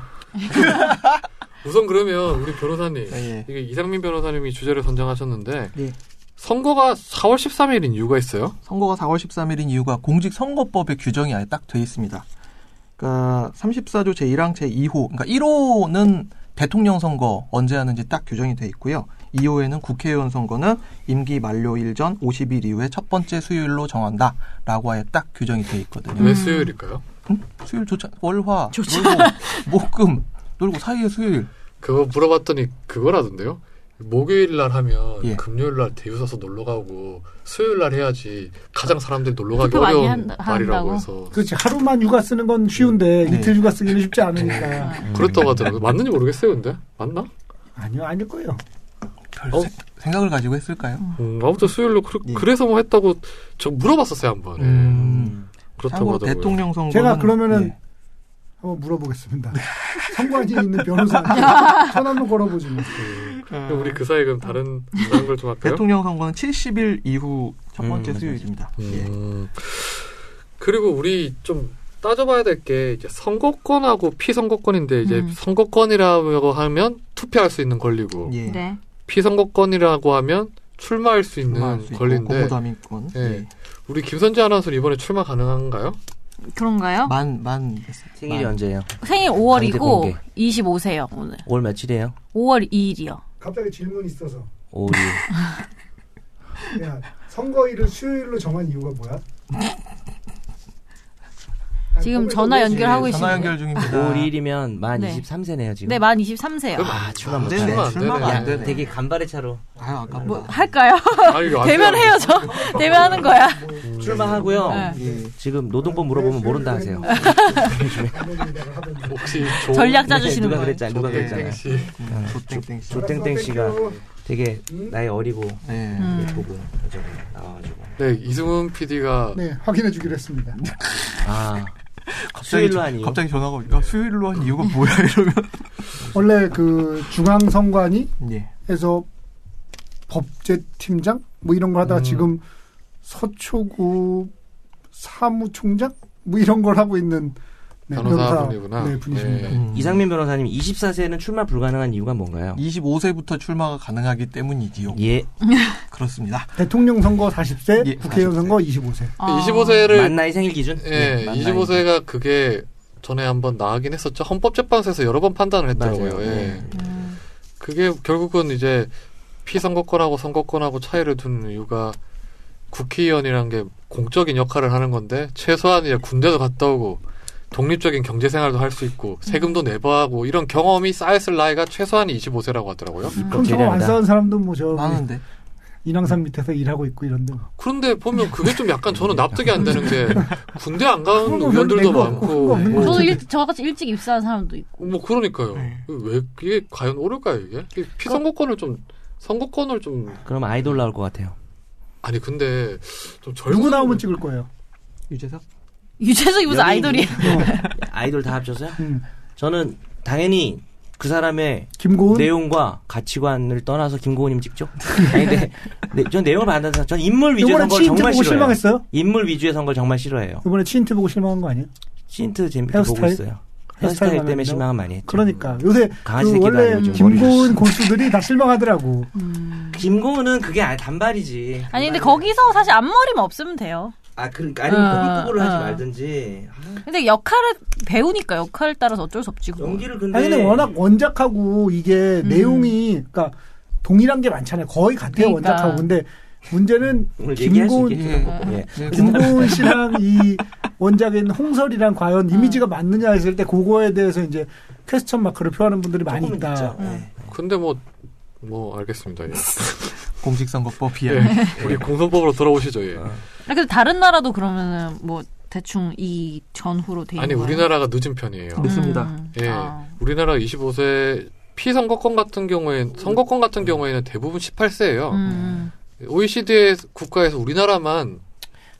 우선 그러면 우리 변호사님 네, 예. 이게 이상민 변호사님이 주제를 선정하셨는데 예. 선거가 4월 13일인 이유가 있어요? 선거가 4월 13일인 이유가 공직선거법의 규정이 아예 딱 돼 있습니다. 그러니까 34조 제1항 제2호, 그러니까 1호는 대통령 선거 언제 하는지 딱 규정이 돼 있고요. 2호에는 국회의원 선거는 임기 만료일 전 50일 이후에 첫 번째 수요일로 정한다라고 아예 딱 규정이 돼 있거든요. 왜 수요일일까요? 음? 수요일 좋자 월화 놀고 목금 놀고 사이에 수요일 그거 물어봤더니 그거라던데요. 목요일 날 하면 예. 금요일 날 대유사서 놀러 가고 수요일 날 해야지 가장 사람들이 놀러 가기 투표 많이 어려운 한- 말이라고 한다고? 해서 그렇지. 하루만 휴가 쓰는 건 쉬운데 네. 이틀 휴가 쓰기는 쉽지 않으니까. 음. 그렇다고 하더라고요. 맞는지 모르겠어요, 근데 맞나? 아니요, 아닐 거예요. 별 어? 세- 생각을 가지고 했을까요? 음, 아무튼 수요일로 그, 예. 래서뭐 했다고 저 물어봤었어요 한 번에. 음. 그렇다고 참고로 하더라고요. 대통령 예. 선거 제가 그러면은 한번 물어보겠습니다. 선관위 있는 변호사한테 전 한번 걸어보지 뭐. 그럼 우리 그 사이 그럼 다른 다른 걸 좀 할까요? 대통령 선거는 70일 이후 첫 번째 음, 수요일입니다. 예. 음. 그리고 우리 좀 따져봐야 될 게 이제 선거권하고 피선거권인데 이제 음. 선거권이라고 하면 투표할 수 있는 권리고 예. 네. 피선거권이라고 하면 출마할 수 있는 네, 출마할 수 뭐, 있고, 권리인데 공무담인권. 예. 예. 우리 김선재 아나운서 이번에 출마 가능한가요? 그런가요? 만, 만. 생일이 만. 언제예요? 생일 공개. 5월이고 25세요 오늘. 5월 며칠이에요? 5월 2일이요. 갑자기 질문이 있어서 5월 2일. 야, 선거일을 수요일로 정한 이유가 뭐야? 아니, 지금 그걸 전화 좀 연결- 연결하고 예, 전화 계시네요. 연결 중입니다. 5월 1일이면 만 네. 23세네요 지금. 네, 만 23세요. 아 출마 안 못하네. 되네. 출마 안 출마가 되네. 야, 안 되네. 되게 간발의 차로 아유, 아깝다. 뭐 할까요? 네. 아니, 이거 안 되면 돼요. 해요 저. 음. 되면 하는 거야. 음. 출마하고요. 네. 예. 지금 노동법 네, 물어보면 모른다 하세요. 음. 연결 하던데. 혹시 조, 전략 네, 짜주시는 누가 거예요. 그랬잖아. 누가 땡- 그랬잖아. 요 땡씨. 음, 조땡땡 씨. 조땡땡 씨가 되게 나이 어리고 예. 예쁘고 저기 나와가지고. 네, 이승훈 PD가 네, 확인해 주기로 했습니다. 아 수요일로 저- 하니. 갑자기 전화가 오니까 수요일로 한 이유가 뭐야 이러면. 원래 그 중앙선관위 예. 해서 법제팀장 뭐 이런 걸 하다가 음. 지금 서초구 사무총장 뭐 이런 걸 하고 있는 네, 변호사분이구나. 네, 분이십니다. 네. 이상민 변호사님 24세는 출마 불가능한 이유가 뭔가요? 25세부터 출마가 가능하기 때문이지요. 예. 그렇습니다. 예. 대통령 선거 40세, 예, 국회의원 40세. 선거 25세. 아. 25세를 만 나이 생일 기준? 예, 네, 만 나이. 25세가 그게 전에 한번 나가긴 했었죠. 헌법재판소에서 여러 번 판단을 했더라고요. 맞아요. 예. 네. 음. 그게 결국은 이제 피선거권하고 선거권하고 차이를 두는 이유가 국회의원이란 게 공적인 역할을 하는 건데 최소한 이제 군대도 갔다 오고 독립적인 경제 생활도 할 수 있고 세금도 내부하고 이런 경험이 쌓였을 나이가 최소한 25세라고 하더라고요. 그럼 입법 저거 안 제재한다. 싸운 사람도 뭐저 많은데. 인왕산 밑에서 일하고 있고 이런데 뭐. 그런데 보면 그게 좀 약간 저는 납득이 안 되는 게 군대 안 그런 가는 거 의원들도 별로 내고 많고 그런 거 네. 없는 뭐, 저도 일, 저같이 일찍 입사한 사람도 있고. 뭐 그러니까요. 왜 이게 과연 옳을까요 이게? 이게 피선거권을 좀 선거권을 좀 그럼 아이돌 나올 것 같아요. 아니 근데 좀 누구 젊은 나오면 찍을 거예요. 유재석? 유재석이 무슨 연예인이- 아이돌이에요. 아이돌 다 합쳐서요? 음. 저는 당연히 그 사람의 김고은 네. 내용과 가치관을 떠나서 김고은님 찍죠. 아니, 근데 네, 전 내용을 받아서 전 인물 위주의 이번에 선거를 치인트 정말 보고 싫어해요. 실망했어요? 인물 위주의 선거를 정말 싫어해요. 이번에 치인트 보고 실망한 거 아니에요? 네, 신트 재밌게 보고 헤어스타일? 있어요. 헤어스타일 헤어스타일 때문에 마음에 실망을 많이 했죠. 그러니까 요새 강아지 그 새끼도 원래 아니고 지금 김고은 고수들이 다 실망하더라고. 김고은은 그게 아- 단발이지. 아니 근데 거기서 사실 앞머리만 없으면 돼요. 아 그러니까 아니면 어, 고글고글 하지 어. 말든지 아, 근데 역할을 배우니까 역할에 따라서 어쩔 수 없지. 그건. 연기를 근데 아니 근데 워낙 원작하고 음. 이게 내용이 그러니까 동일한 게 많잖아요. 거의 같아요 그러니까. 원작하고. 근데 문제는 오늘 얘기할 수 김고은 음. 있겠죠. 김고은- 예. 예. 김고은 씨랑 이 원작인 홍설이랑 과연 음. 이미지가 맞느냐 했을 때 그거에 대해서 이제 퀘스천 마크를 표하는 분들이 많이 조금은 있다. 있죠. 음. 예. 근데 뭐, 뭐, 알겠습니다. 예. 공직선거법 비하. 예. 우리 공선법으로 돌아오시죠. 예. 아, 근데 다른 나라도 그러면은 뭐 대충 이 전후로 돼 있는 아니, 거예요? 우리나라가 늦은 편이에요. 네. 늦습니다. 음. 예. 아. 우리나라 25세 피선거권 같은 경우엔, 선거권 같은 경우에는 대부분 18세예요. 음. OECD 국가에서 우리나라만,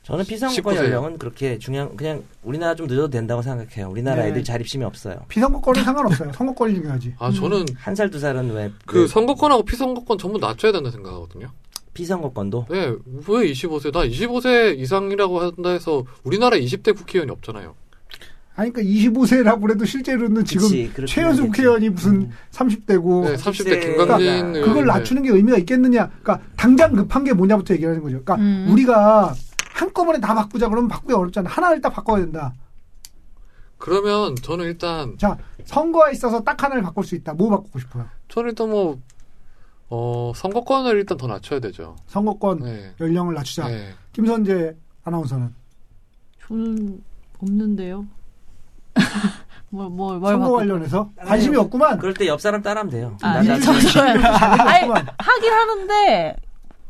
저는 피선거권 19세요. 연령은 그렇게 중요한 그냥 우리나라 좀 늦어도 된다고 생각해요. 우리나라 네. 애들 자립심이 없어요. 비선거권은 상관없어요. 선거권이 중요하지. 아, 저는 한 살 두 살은 왜 그 그 선거권하고 피선거권 전부 낮춰야 된다 생각하거든요. 피선거권도 예. 왜 25세? 나 25세 이상이라고 한다 해서 우리나라 20대 국회의원이 없잖아요. 아니 그러니까 25세라고 그래도 실제로는 지금 그치, 그렇긴 하겠지. 최연소 음. 국회의원이 무슨 30대고 네, 30대 그러니까 김강진 의원. 네. 그걸 낮추는 게 의미가 있겠느냐. 그러니까 당장 급한 게 뭐냐부터 얘기하는 거죠. 그러니까 음. 우리가 한꺼번에 다 바꾸자 그러면 바꾸기 어렵잖아. 하나를 딱 바꿔야 된다. 그러면 저는 일단 자, 선거에 있어서 딱 하나를 바꿀 수 있다. 뭐 바꾸고 싶어요? 저는 일단 뭐, 어, 선거권을 일단 더 낮춰야 되죠. 선거권 네. 연령을 낮추자. 네. 김선재 아나운서는 저는 없는데요. 뭘뭘 네. 뭘, 선거 바꿔- 관련해서 관심이 없구만. 그럴 때 옆 사람 따라하면 돼요. 아, 나- 나- 네, 저, 저, 아니, 없구만. 하긴 하는데,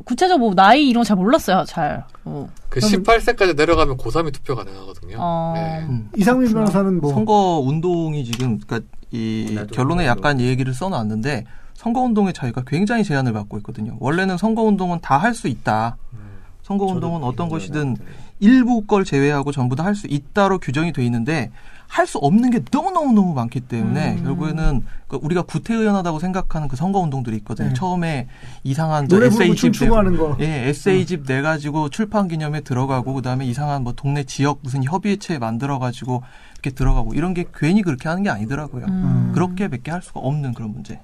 구체적으로 뭐, 나이 이런 거 잘 몰랐어요, 잘. 어. 그 그럼- 18세까지 내려가면 고3이 투표 가능하거든요. 어. 네. 음. 이상민 변호사는 뭐 선거 운동이 지금 그러니까 이 나도 결론에 나도. 약간 이 얘기를 써놨는데 선거 운동의 차이가 굉장히 제한을 받고 있거든요. 원래는 선거 운동은 다 할 수 있다. 네. 선거 운동은 어떤 것이든 일부 걸 제외하고 전부 다 할 수 있다로 규정이 돼 있는데 할 수 없는 게 너무너무너무 많기 때문에 음. 결국에는 그 우리가 구태의연하다고 생각하는 그 선거 운동들이 있거든요. 네. 처음에 이상한 저 노래 부르고 에세이집 춤추고 내고 하는 거. 예, 에세이집 내가지고 출판 기념에 들어가고, 그 다음에 이상한 뭐 동네 지역 무슨 협의체 만들어가지고 이렇게 들어가고, 이런 게 괜히 그렇게 하는 게 아니더라고요. 음. 그렇게 몇 개 할 수가 없는 그런 문제.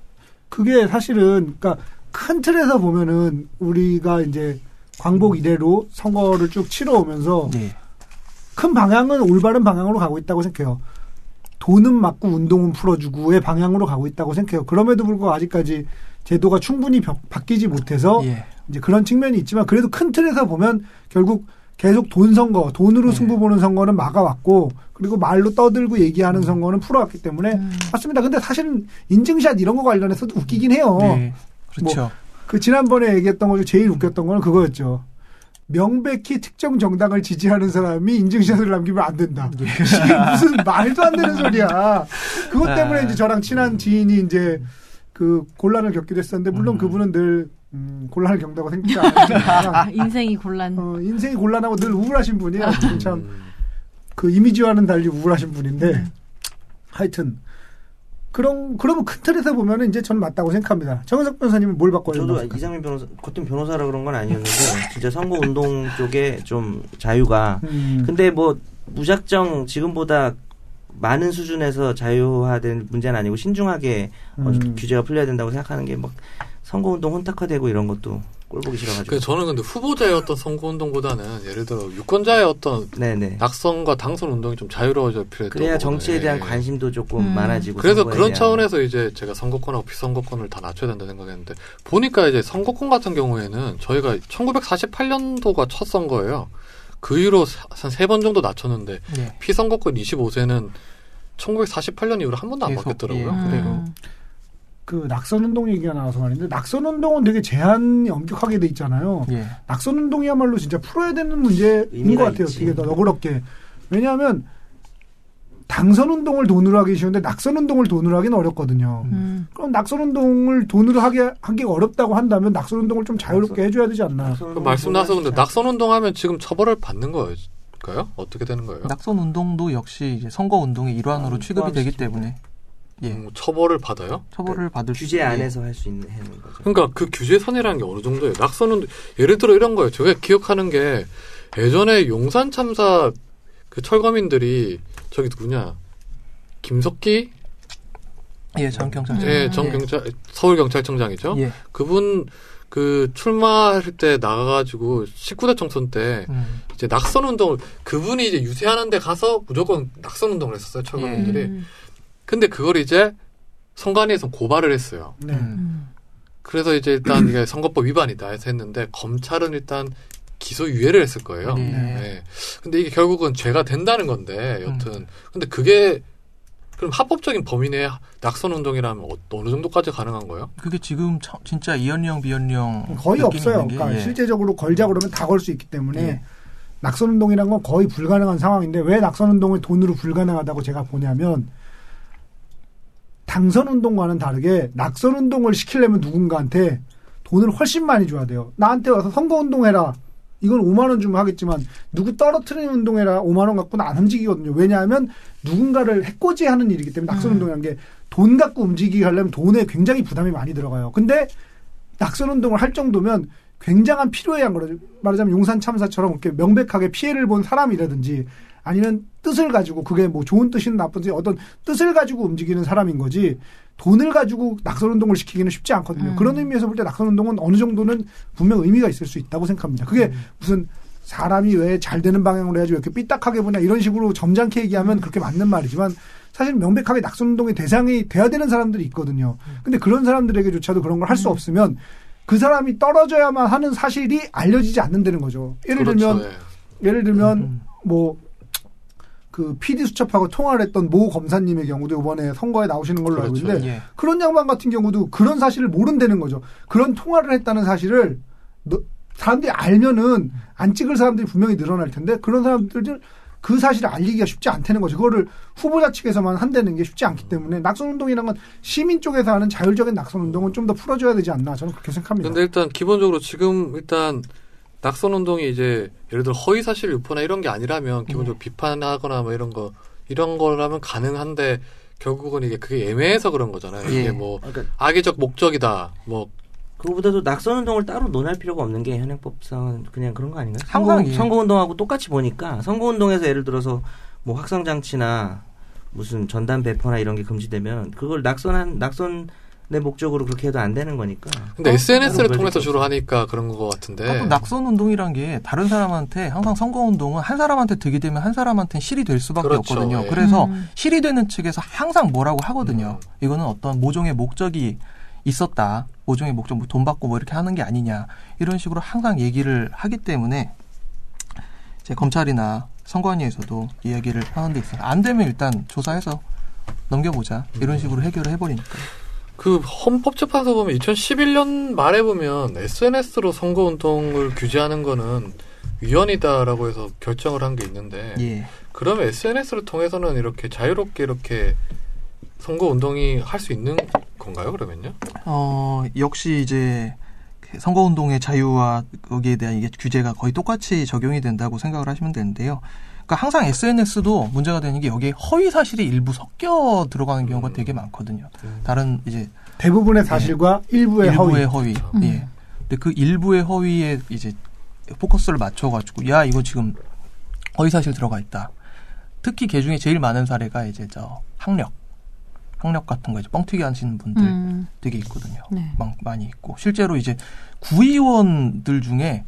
그게 사실은 그러니까 큰 틀에서 보면은 우리가 이제 광복 이래로 선거를 쭉 치러오면서 예. 큰 방향은 올바른 방향으로 가고 있다고 생각해요. 돈은 맞고 운동은 풀어주고의 방향으로 가고 있다고 생각해요. 그럼에도 불구하고 아직까지 제도가 충분히 바- 바뀌지 못해서 예. 이제 그런 측면이 있지만 그래도 큰 틀에서 보면 결국 계속 돈 선거, 돈으로 네. 승부 보는 선거는 막아왔고 그리고 말로 떠들고 얘기하는 선거는 풀어왔기 때문에 음. 맞습니다. 근데 사실은 인증샷 이런 거 관련해서도 웃기긴 해요. 네. 그렇죠. 그 지난번에 얘기했던 거 중에 제일 웃겼던 거는 그거였죠. 명백히 특정 정당을 지지하는 사람이 인증샷을 남기면 안 된다. 이게 무슨 말도 안 되는 소리야. 그것 때문에 아. 이제 저랑 친한 지인이 이제 그 곤란을 겪기도 했었는데 물론 그분은 늘 음, 곤란을 겪는다고 생각지 않았지만 음. 인생이 곤란. 어, 인생이 곤란하고 늘 우울하신 분이에요. 참 음. 그 이미지와는 달리 우울하신 분인데 하여튼 그런 그러면 큰 틀에서 보면은 이제 전 맞다고 생각합니다. 정은석 변호사님은 뭘 바꿔야 저도 된다고 이상민 변호사, 겉은 변호사라 그런 건 아니었는데, 진짜 선거 운동 쪽에 좀 자유가. 음. 근데 뭐, 무작정 지금보다 많은 수준에서 자유화된 문제는 아니고, 신중하게 어, 음. 규제가 풀려야 된다고 생각하는 게 막, 선거 운동 혼탁화되고 이런 것도 그 꼴보기 싫어가지고. 저는 근데 후보자의 어떤 선거운동보다는 예를 들어 유권자의 어떤 네네. 낙선과 당선 운동이 좀 자유로워져 필요했던 그래야 거거든요. 정치에 대한 예. 관심도 조금 음. 많아지고. 그래서 선거에 그런 대한- 차원에서 이제 제가 선거권하고 비선거권을 다 낮춰야 된다 생각했는데 보니까 이제 선거권 같은 경우에는 저희가 1948년도가 첫 선거예요. 그 이후로 한 세 번 정도 낮췄는데 예. 피선거권 25세는 1948년 이후로 한 번도 안 계속, 바뀌었더라고요. 예. 아, 그래요. 음. 그 낙선 운동 얘기가 나와서 말인데 낙선 운동은 되게 제한이 엄격하게 돼 있잖아요. 예. 낙선 운동이야말로 진짜 풀어야 되는 문제인 의미가 것 같아요. 있지. 되게 더 너그럽게 왜냐하면 당선 운동을 돈으로 하기 쉬운데 낙선 운동을 돈으로 하긴 어렵거든요. 음. 그럼 낙선 운동을 돈으로 하게 하기 어렵다고 한다면 낙선 운동을 좀 자유롭게 해줘야 되지 않나. 낙선 그 운동 말씀 나서 근데 혼탁- 낙선 운동하면 지금 처벌을 받는 거일까요? 어떻게 되는 거예요? 낙선 운동도 역시 이제 선거 운동의 일환으로 아, 취급이 되기 포함시키고. 때문에 예. 음, 처벌을 받아요? 처벌을 받을 수 규제 있는- 안에서 할 수 있는 하는 거죠. 그러니까 그 규제선이라는 게 어느 정도예요? 낙선은 예를 들어 이런 거예요. 제가 기억하는 게 예전에 용산 참사 그 철거민들이 저기 누구냐 김석기 예, 전 음. 경찰. 예, 전 경찰 서울 경찰청장이죠. 예. 그분 그 출마할 때 나가가지고 19대 총선 때 음. 이제 낙선 운동을 그분이 이제 유세하는데 가서 무조건 낙선 운동을 했었어요 철거민들이. 음. 근데 그걸 이제 선관위에서 고발을 했어요. 네. 음. 그래서 이제 일단 이게 선거법 위반이다 해서 했는데 검찰은 일단 기소 유예를 했을 거예요. 네. 네. 근데 이게 결국은 죄가 된다는 건데 여튼 음. 근데 그게 그럼 합법적인 범위 내 낙선 운동이라면 어- 어느 정도까지 가능한 거예요? 그게 지금 참- 진짜 이연령 비연령 거의 느낌이 없어요. 있는 게, 그러니까 예. 실제적으로 걸자 그러면 다 걸 수 있기 때문에 예. 낙선 운동이란 건 거의 불가능한 상황인데 왜 낙선 운동을 돈으로 불가능하다고 제가 보냐면 당선 운동과는 다르게 낙선 운동을 시키려면 누군가한테 돈을 훨씬 많이 줘야 돼요. 나한테 와서 선거 운동해라. 이건 5만 원 주면 하겠지만 누구 떨어뜨리는 운동해라 5만 원 갖고는 안 움직이거든요. 왜냐하면 누군가를 해코지하는 일이기 음. 때문에 낙선 운동이라는 게 돈 갖고 움직이게 하려면 돈에 굉장히 부담이 많이 들어가요. 근데 낙선 운동을 할 정도면 굉장한 필요에 한 거죠. 말하자면 용산 참사처럼 이렇게 명백하게 피해를 본 사람이라든지 아니면 뜻을 가지고 그게 뭐 좋은 뜻이든 나쁜 뜻이 어떤 뜻을 가지고 움직이는 사람인 거지 돈을 가지고 낙선 운동을 시키기는 쉽지 않거든요. 그런 의미에서 볼 때 낙선 운동은 어느 정도는 분명 의미가 있을 수 있다고 생각합니다. 그게 무슨 사람이 왜 잘 되는 방향으로 해야지 왜 이렇게 삐딱하게 보냐 이런 식으로 점잖게 얘기하면 그렇게 맞는 말이지만 사실 명백하게 낙선운동의 대상이 돼야 되는 사람들이 있거든요. 근데 그런 사람들에게조차도 그런 걸 할 음. 수 없으면 그 사람이 떨어져야만 하는 사실이 알려지지 않는다는 거죠. 예를 들면 네. 예를 들면 음. 뭐 그 PD 수첩하고 통화를 했던 모 검사님의 경우도 이번에 선거에 나오시는 걸로 알고 그렇죠. 있는데 예. 그런 양반 같은 경우도 그런 사실을 모른다는 거죠. 그런 통화를 했다는 사실을 너- 사람들이 알면은 안 찍을 사람들이 분명히 늘어날 텐데 그런 사람들을 그 사실을 알리기가 쉽지 않다는 거죠. 그거를 후보자 측에서만 한다는 게 쉽지 않기 때문에 낙선 운동이란 건 시민 쪽에서 하는 자율적인 낙선 운동은 좀 더 풀어줘야 되지 않나 저는 그렇게 생각합니다. 근데 일단 기본적으로 지금 일단 낙선 운동이 이제 예를 들어 허위 사실 유포나 이런 게 아니라면 기본적으로 네. 비판하거나 뭐 이런 거 이런 거라면 가능한데 결국은 이게 그게 애매해서 그런 거잖아요. 예. 이게 뭐 그러니까 악의적 목적이다. 뭐 그거보다도 낙선 운동을 따로 논할 필요가 없는 게 현행법상 그냥 그런 거 아닌가요? 항상 선거, 예. 선거 운동하고 똑같이 보니까 선거 운동에서 예를 들어서 뭐 확성 장치나 무슨 전단 배포나 이런 게 금지되면 그걸 낙선한 낙선 내 목적으로 그렇게 해도 안 되는 거니까. 근데 SNS를 어, 통해서 맞아. 주로 하니까 그런 거 같은데. 하여튼 낙선 운동이란 게 다른 사람한테 항상 선거 운동은 한 사람한테 득이 되면 한 사람한테 실이 될 수밖에 그렇죠. 없거든요. 예. 그래서 음. 실이 되는 측에서 항상 뭐라고 하거든요. 음. 이거는 어떤 모종의 목적이 있었다. 모종의 목적, 뭐돈 받고 뭐 이렇게 하는 게 아니냐. 이런 식으로 항상 얘기를 하기 때문에 이제 검찰이나 선관위에서도 이야기를 하는 데 있어요. 안 되면 일단 조사해서 넘겨보자. 음. 이런 식으로 해결을 해버리니까. 그 헌법재판소 보면 2011년 말에 보면 SNS로 선거운동을 규제하는 거는 위헌이다라고 해서 결정을 한 게 있는데 예. 그러면 SNS를 통해서는 이렇게 자유롭게 이렇게 선거운동이 할 수 있는 건가요 그러면요? 어, 역시 이제 그 선거운동의 자유와 거기에 대한 이게 규제가 거의 똑같이 적용이 된다고 생각을 하시면 되는데요. 그러니까 항상 SNS도 문제가 되는 게 여기에 허위 사실이 일부 섞여 들어가는 경우가 음. 되게 많거든요. 음. 다른 이제 대부분의 사실과 네. 일부의, 일부의 허위. 허위. 그렇죠. 예. 근데 그 일부의 허위에 이제 포커스를 맞춰가지고 야 이거 지금 허위 사실 들어가 있다. 특히 개 중에 제일 많은 사례가 이제 저 학력, 학력 같은 거 이제 뻥튀기 하시는 분들 음. 되게 있거든요. 네. 막- 많이 있고 실제로 이제 구의원들 중에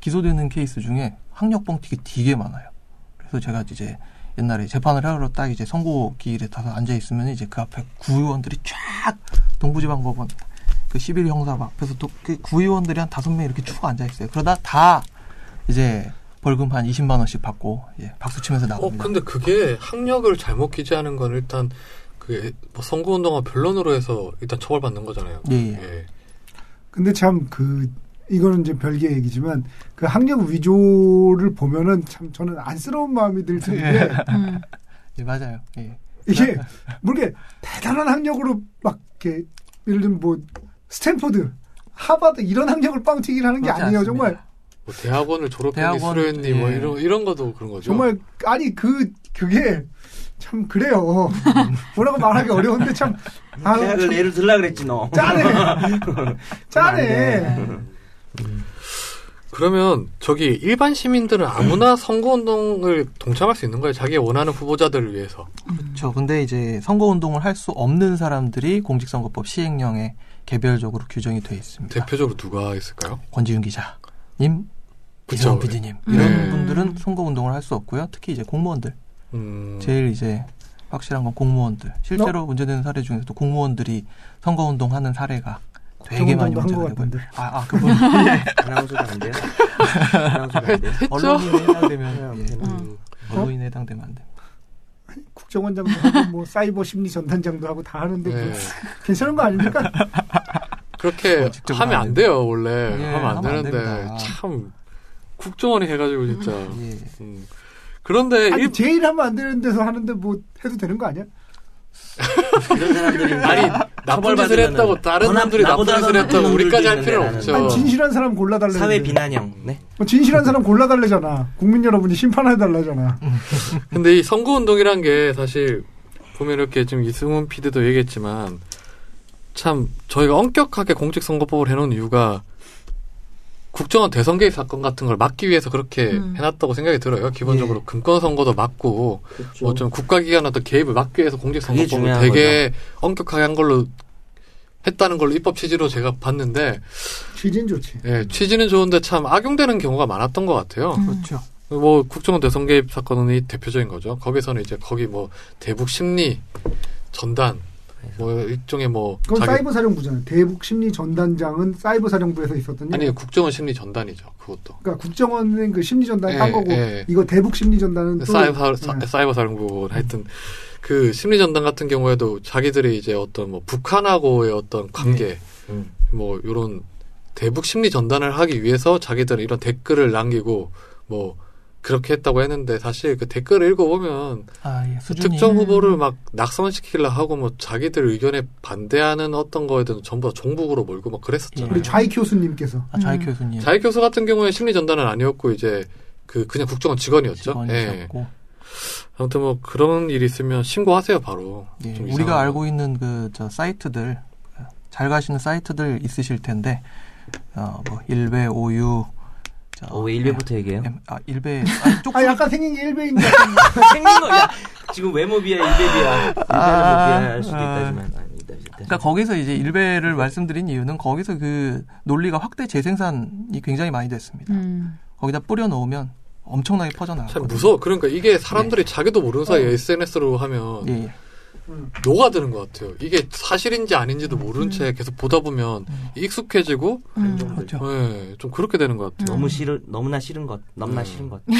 기소되는 케이스 중에 학력 뻥튀기 되게 많아요. 그래서 제가 이제 옛날에 재판을 하러 딱 이제 선고 기일에 타서 앉아 있으면 이제 그 앞에 구의원들이 쫙 동부지방법원 그 11 형사 앞에서 또 그 구의원들이 한 다섯 명 이렇게 쭉 앉아 있어요. 그러다 다 이제 벌금 한 20만 원씩 받고 예, 박수 치면서 어 나갑니다. 근데 그게 학력을 잘못 기재하는 건 일단 그뭐 선거운동과 변론으로 해서 일단 처벌받는 거잖아요. 예, 예. 예. 근데 참 그 이거는 이제 별개 의 얘기지만 그 학력 위조를 보면은 참 저는 안쓰러운 마음이 들 텐데 음. 예, 맞아요. 예. 이게 모르게 대단한 학력으로 막 이렇게 예를 들면 뭐 스탠포드, 하버드 이런 학력을 빵튀기를 하는 게 그렇지 아니에요 않습니다. 정말 뭐 대학원을 졸업했니 대학원, 수료했니 뭐 예. 이런 이런 것도 그런 거죠. 정말 아니 그 그게 참 그래요 뭐라고 말하기 어려운데 참 아, 대학을 참 예를 들라 그랬지 너. 짜네 짜네 그러면 저기 일반 시민들은 음. 아무나 선거운동을 동참할 수 있는 거예요. 자기 원하는 후보자들을 위해서. 그렇죠. 근데 이제 선거 운동을 할 수 없는 사람들이 공직선거법 시행령에 개별적으로 규정이 돼 있습니다. 대표적으로 누가 있을까요? 권지윤 기자님, 그쵸. 이성 PD님 음. 이런 네. 분들은 선거 운동을 할 수 없고요. 특히 이제 공무원들 음, 제일 이제 확실한 건 공무원들. 어? 실제로 문제되는 사례 중에서도 공무원들이 선거 운동하는 사례가 되게 많이 그 국정운동도 문제가 한것 되고 같은데. 네, 있- 아, 아 그분 아나운서가 안 돼요. 아나운서가 안 돼요. 했죠? 언론인에 네, 해당되면 예. 음, 언론인에 해당되면 안 됩니다. 국정원장도 하고 뭐 사이버 심리 전단장도 하고 다 하는데 네. 뭐 괜찮은 거 아닙니까 그렇게 어, 직접 하면 안 하면 돼요, 원래. 예, 하면 안 하면 안 되는데. 됩니다. 참, 국정원이 해가지고 진짜. 예. 음. 그런데 아니 일, 제일 하면 안 되는 데서 하는데 뭐 해도 되는 거 아니야 이런 사람들이 아니, 나쁜 짓을 처벌받으면은 했다고, 다른 더 나- 사람들이 나쁜 나보다 짓을 더 했다고 나쁜 우리까지 할 놈들도 필요는 있는데 없죠. 나는. 아니 진실한 사람 골라달래 사회 비난형. 네. 뭐 진실한 사람 골라달래잖아 국민 여러분이 심판해달라잖아 근데 이 선거운동이란 게 사실 보면 이렇게 지금 이승훈 피디도 얘기했지만 참 저희가 엄격하게 공직선거법을 해놓은 이유가 국정원 대선 개입 사건 같은 걸 막기 위해서 그렇게 음. 해놨다고 생각이 들어요. 예. 기본적으로 금권 선거도 막고 뭐 좀 국가기관 어떤 개입을 막기 위해서 그렇죠. 그게 공직선거법을 중요한 되게 엄격하게 한 걸로 했다는 걸로 입법 취지로 제가 봤는데 취진 좋지 예, 취지는 좋은데 참 악용되는 경우가 많았던 것 같아요. 음. 그렇죠. 뭐 국정원 대선 개입 사건이 대표적인 거죠. 거기서는 이제 거기 뭐 대북 심리 전단 뭐 일종의 뭐 그건 자기- 사이버 사령부잖아요 대북 심리 전단장은 사이버 사령부에서 있었던 아니 일 국정원 심리 전단이죠. 그것도 그러니까 국정원은 그 심리 전단 예, 딴 거고 예. 이거 대북 심리 전단은 또 사이버 사, 예. 이버 사령부 하여튼 그 심리 전단 같은 경우에도 자기들이 이제 어떤 뭐 북한하고의 어떤 관계 음. 뭐 요런 대북 심리 전단을 하기 위해서 자기들은 이런 댓글을 남기고 뭐 그렇게 했다고 했는데 사실 그 댓글을 읽어보면 아, 그 예. 수준이 특정 후보를 막 낙선시키려 하고 뭐 자기들 의견에 반대하는 어떤 거에 대해서 전부 다 종북으로 몰고 막 그랬었잖아요. 우리 그렇죠. 좌익 교수님께서 아, 자익 음. 교수님 자익 교수 같은 경우에 심리 전단은 아니었고 이제 그 그냥 국정원 직원이었죠. 예. 직원이셨고 아무튼 뭐 그런 일이 있으면 신고하세요 바로. 예, 좀 우리가 이상한 알고 있는 그 저 사이트들 잘 가시는 사이트들 있으실 텐데 어뭐 일배 오유 저 어, 왜 1회부터 얘기해요? 예, 아 일배 아니 아 쪽수 약간 생긴 게 일베인 것 생긴 거, 야! 지금 외모 비야, 1회 비야. 1회는 못 비할 수도 아. 있다지만. 아니다. 그때. 그러니까 거기서 이제 일베를 말씀드린 이유는 거기서 그 논리가 확대 재생산이 굉장히 많이 됐습니다. 음. 거기다 뿌려 넣으면 엄청나게 퍼져나가요. 참 무서워. 그러니까 이게 사람들이 자기도 모르는 사이에 SNS로 하면 네. 어. 예, 예. 녹아드는 것 같아요. 이게 사실인지 아닌지도 음. 모르는 채 계속 보다 보면 익숙해지고 음. 아, 그렇죠. 예, 좀 그렇게 되는 것 같아요. 너무 싫은 너무나 싫은 것, 넘나 음. 싫은 것, 그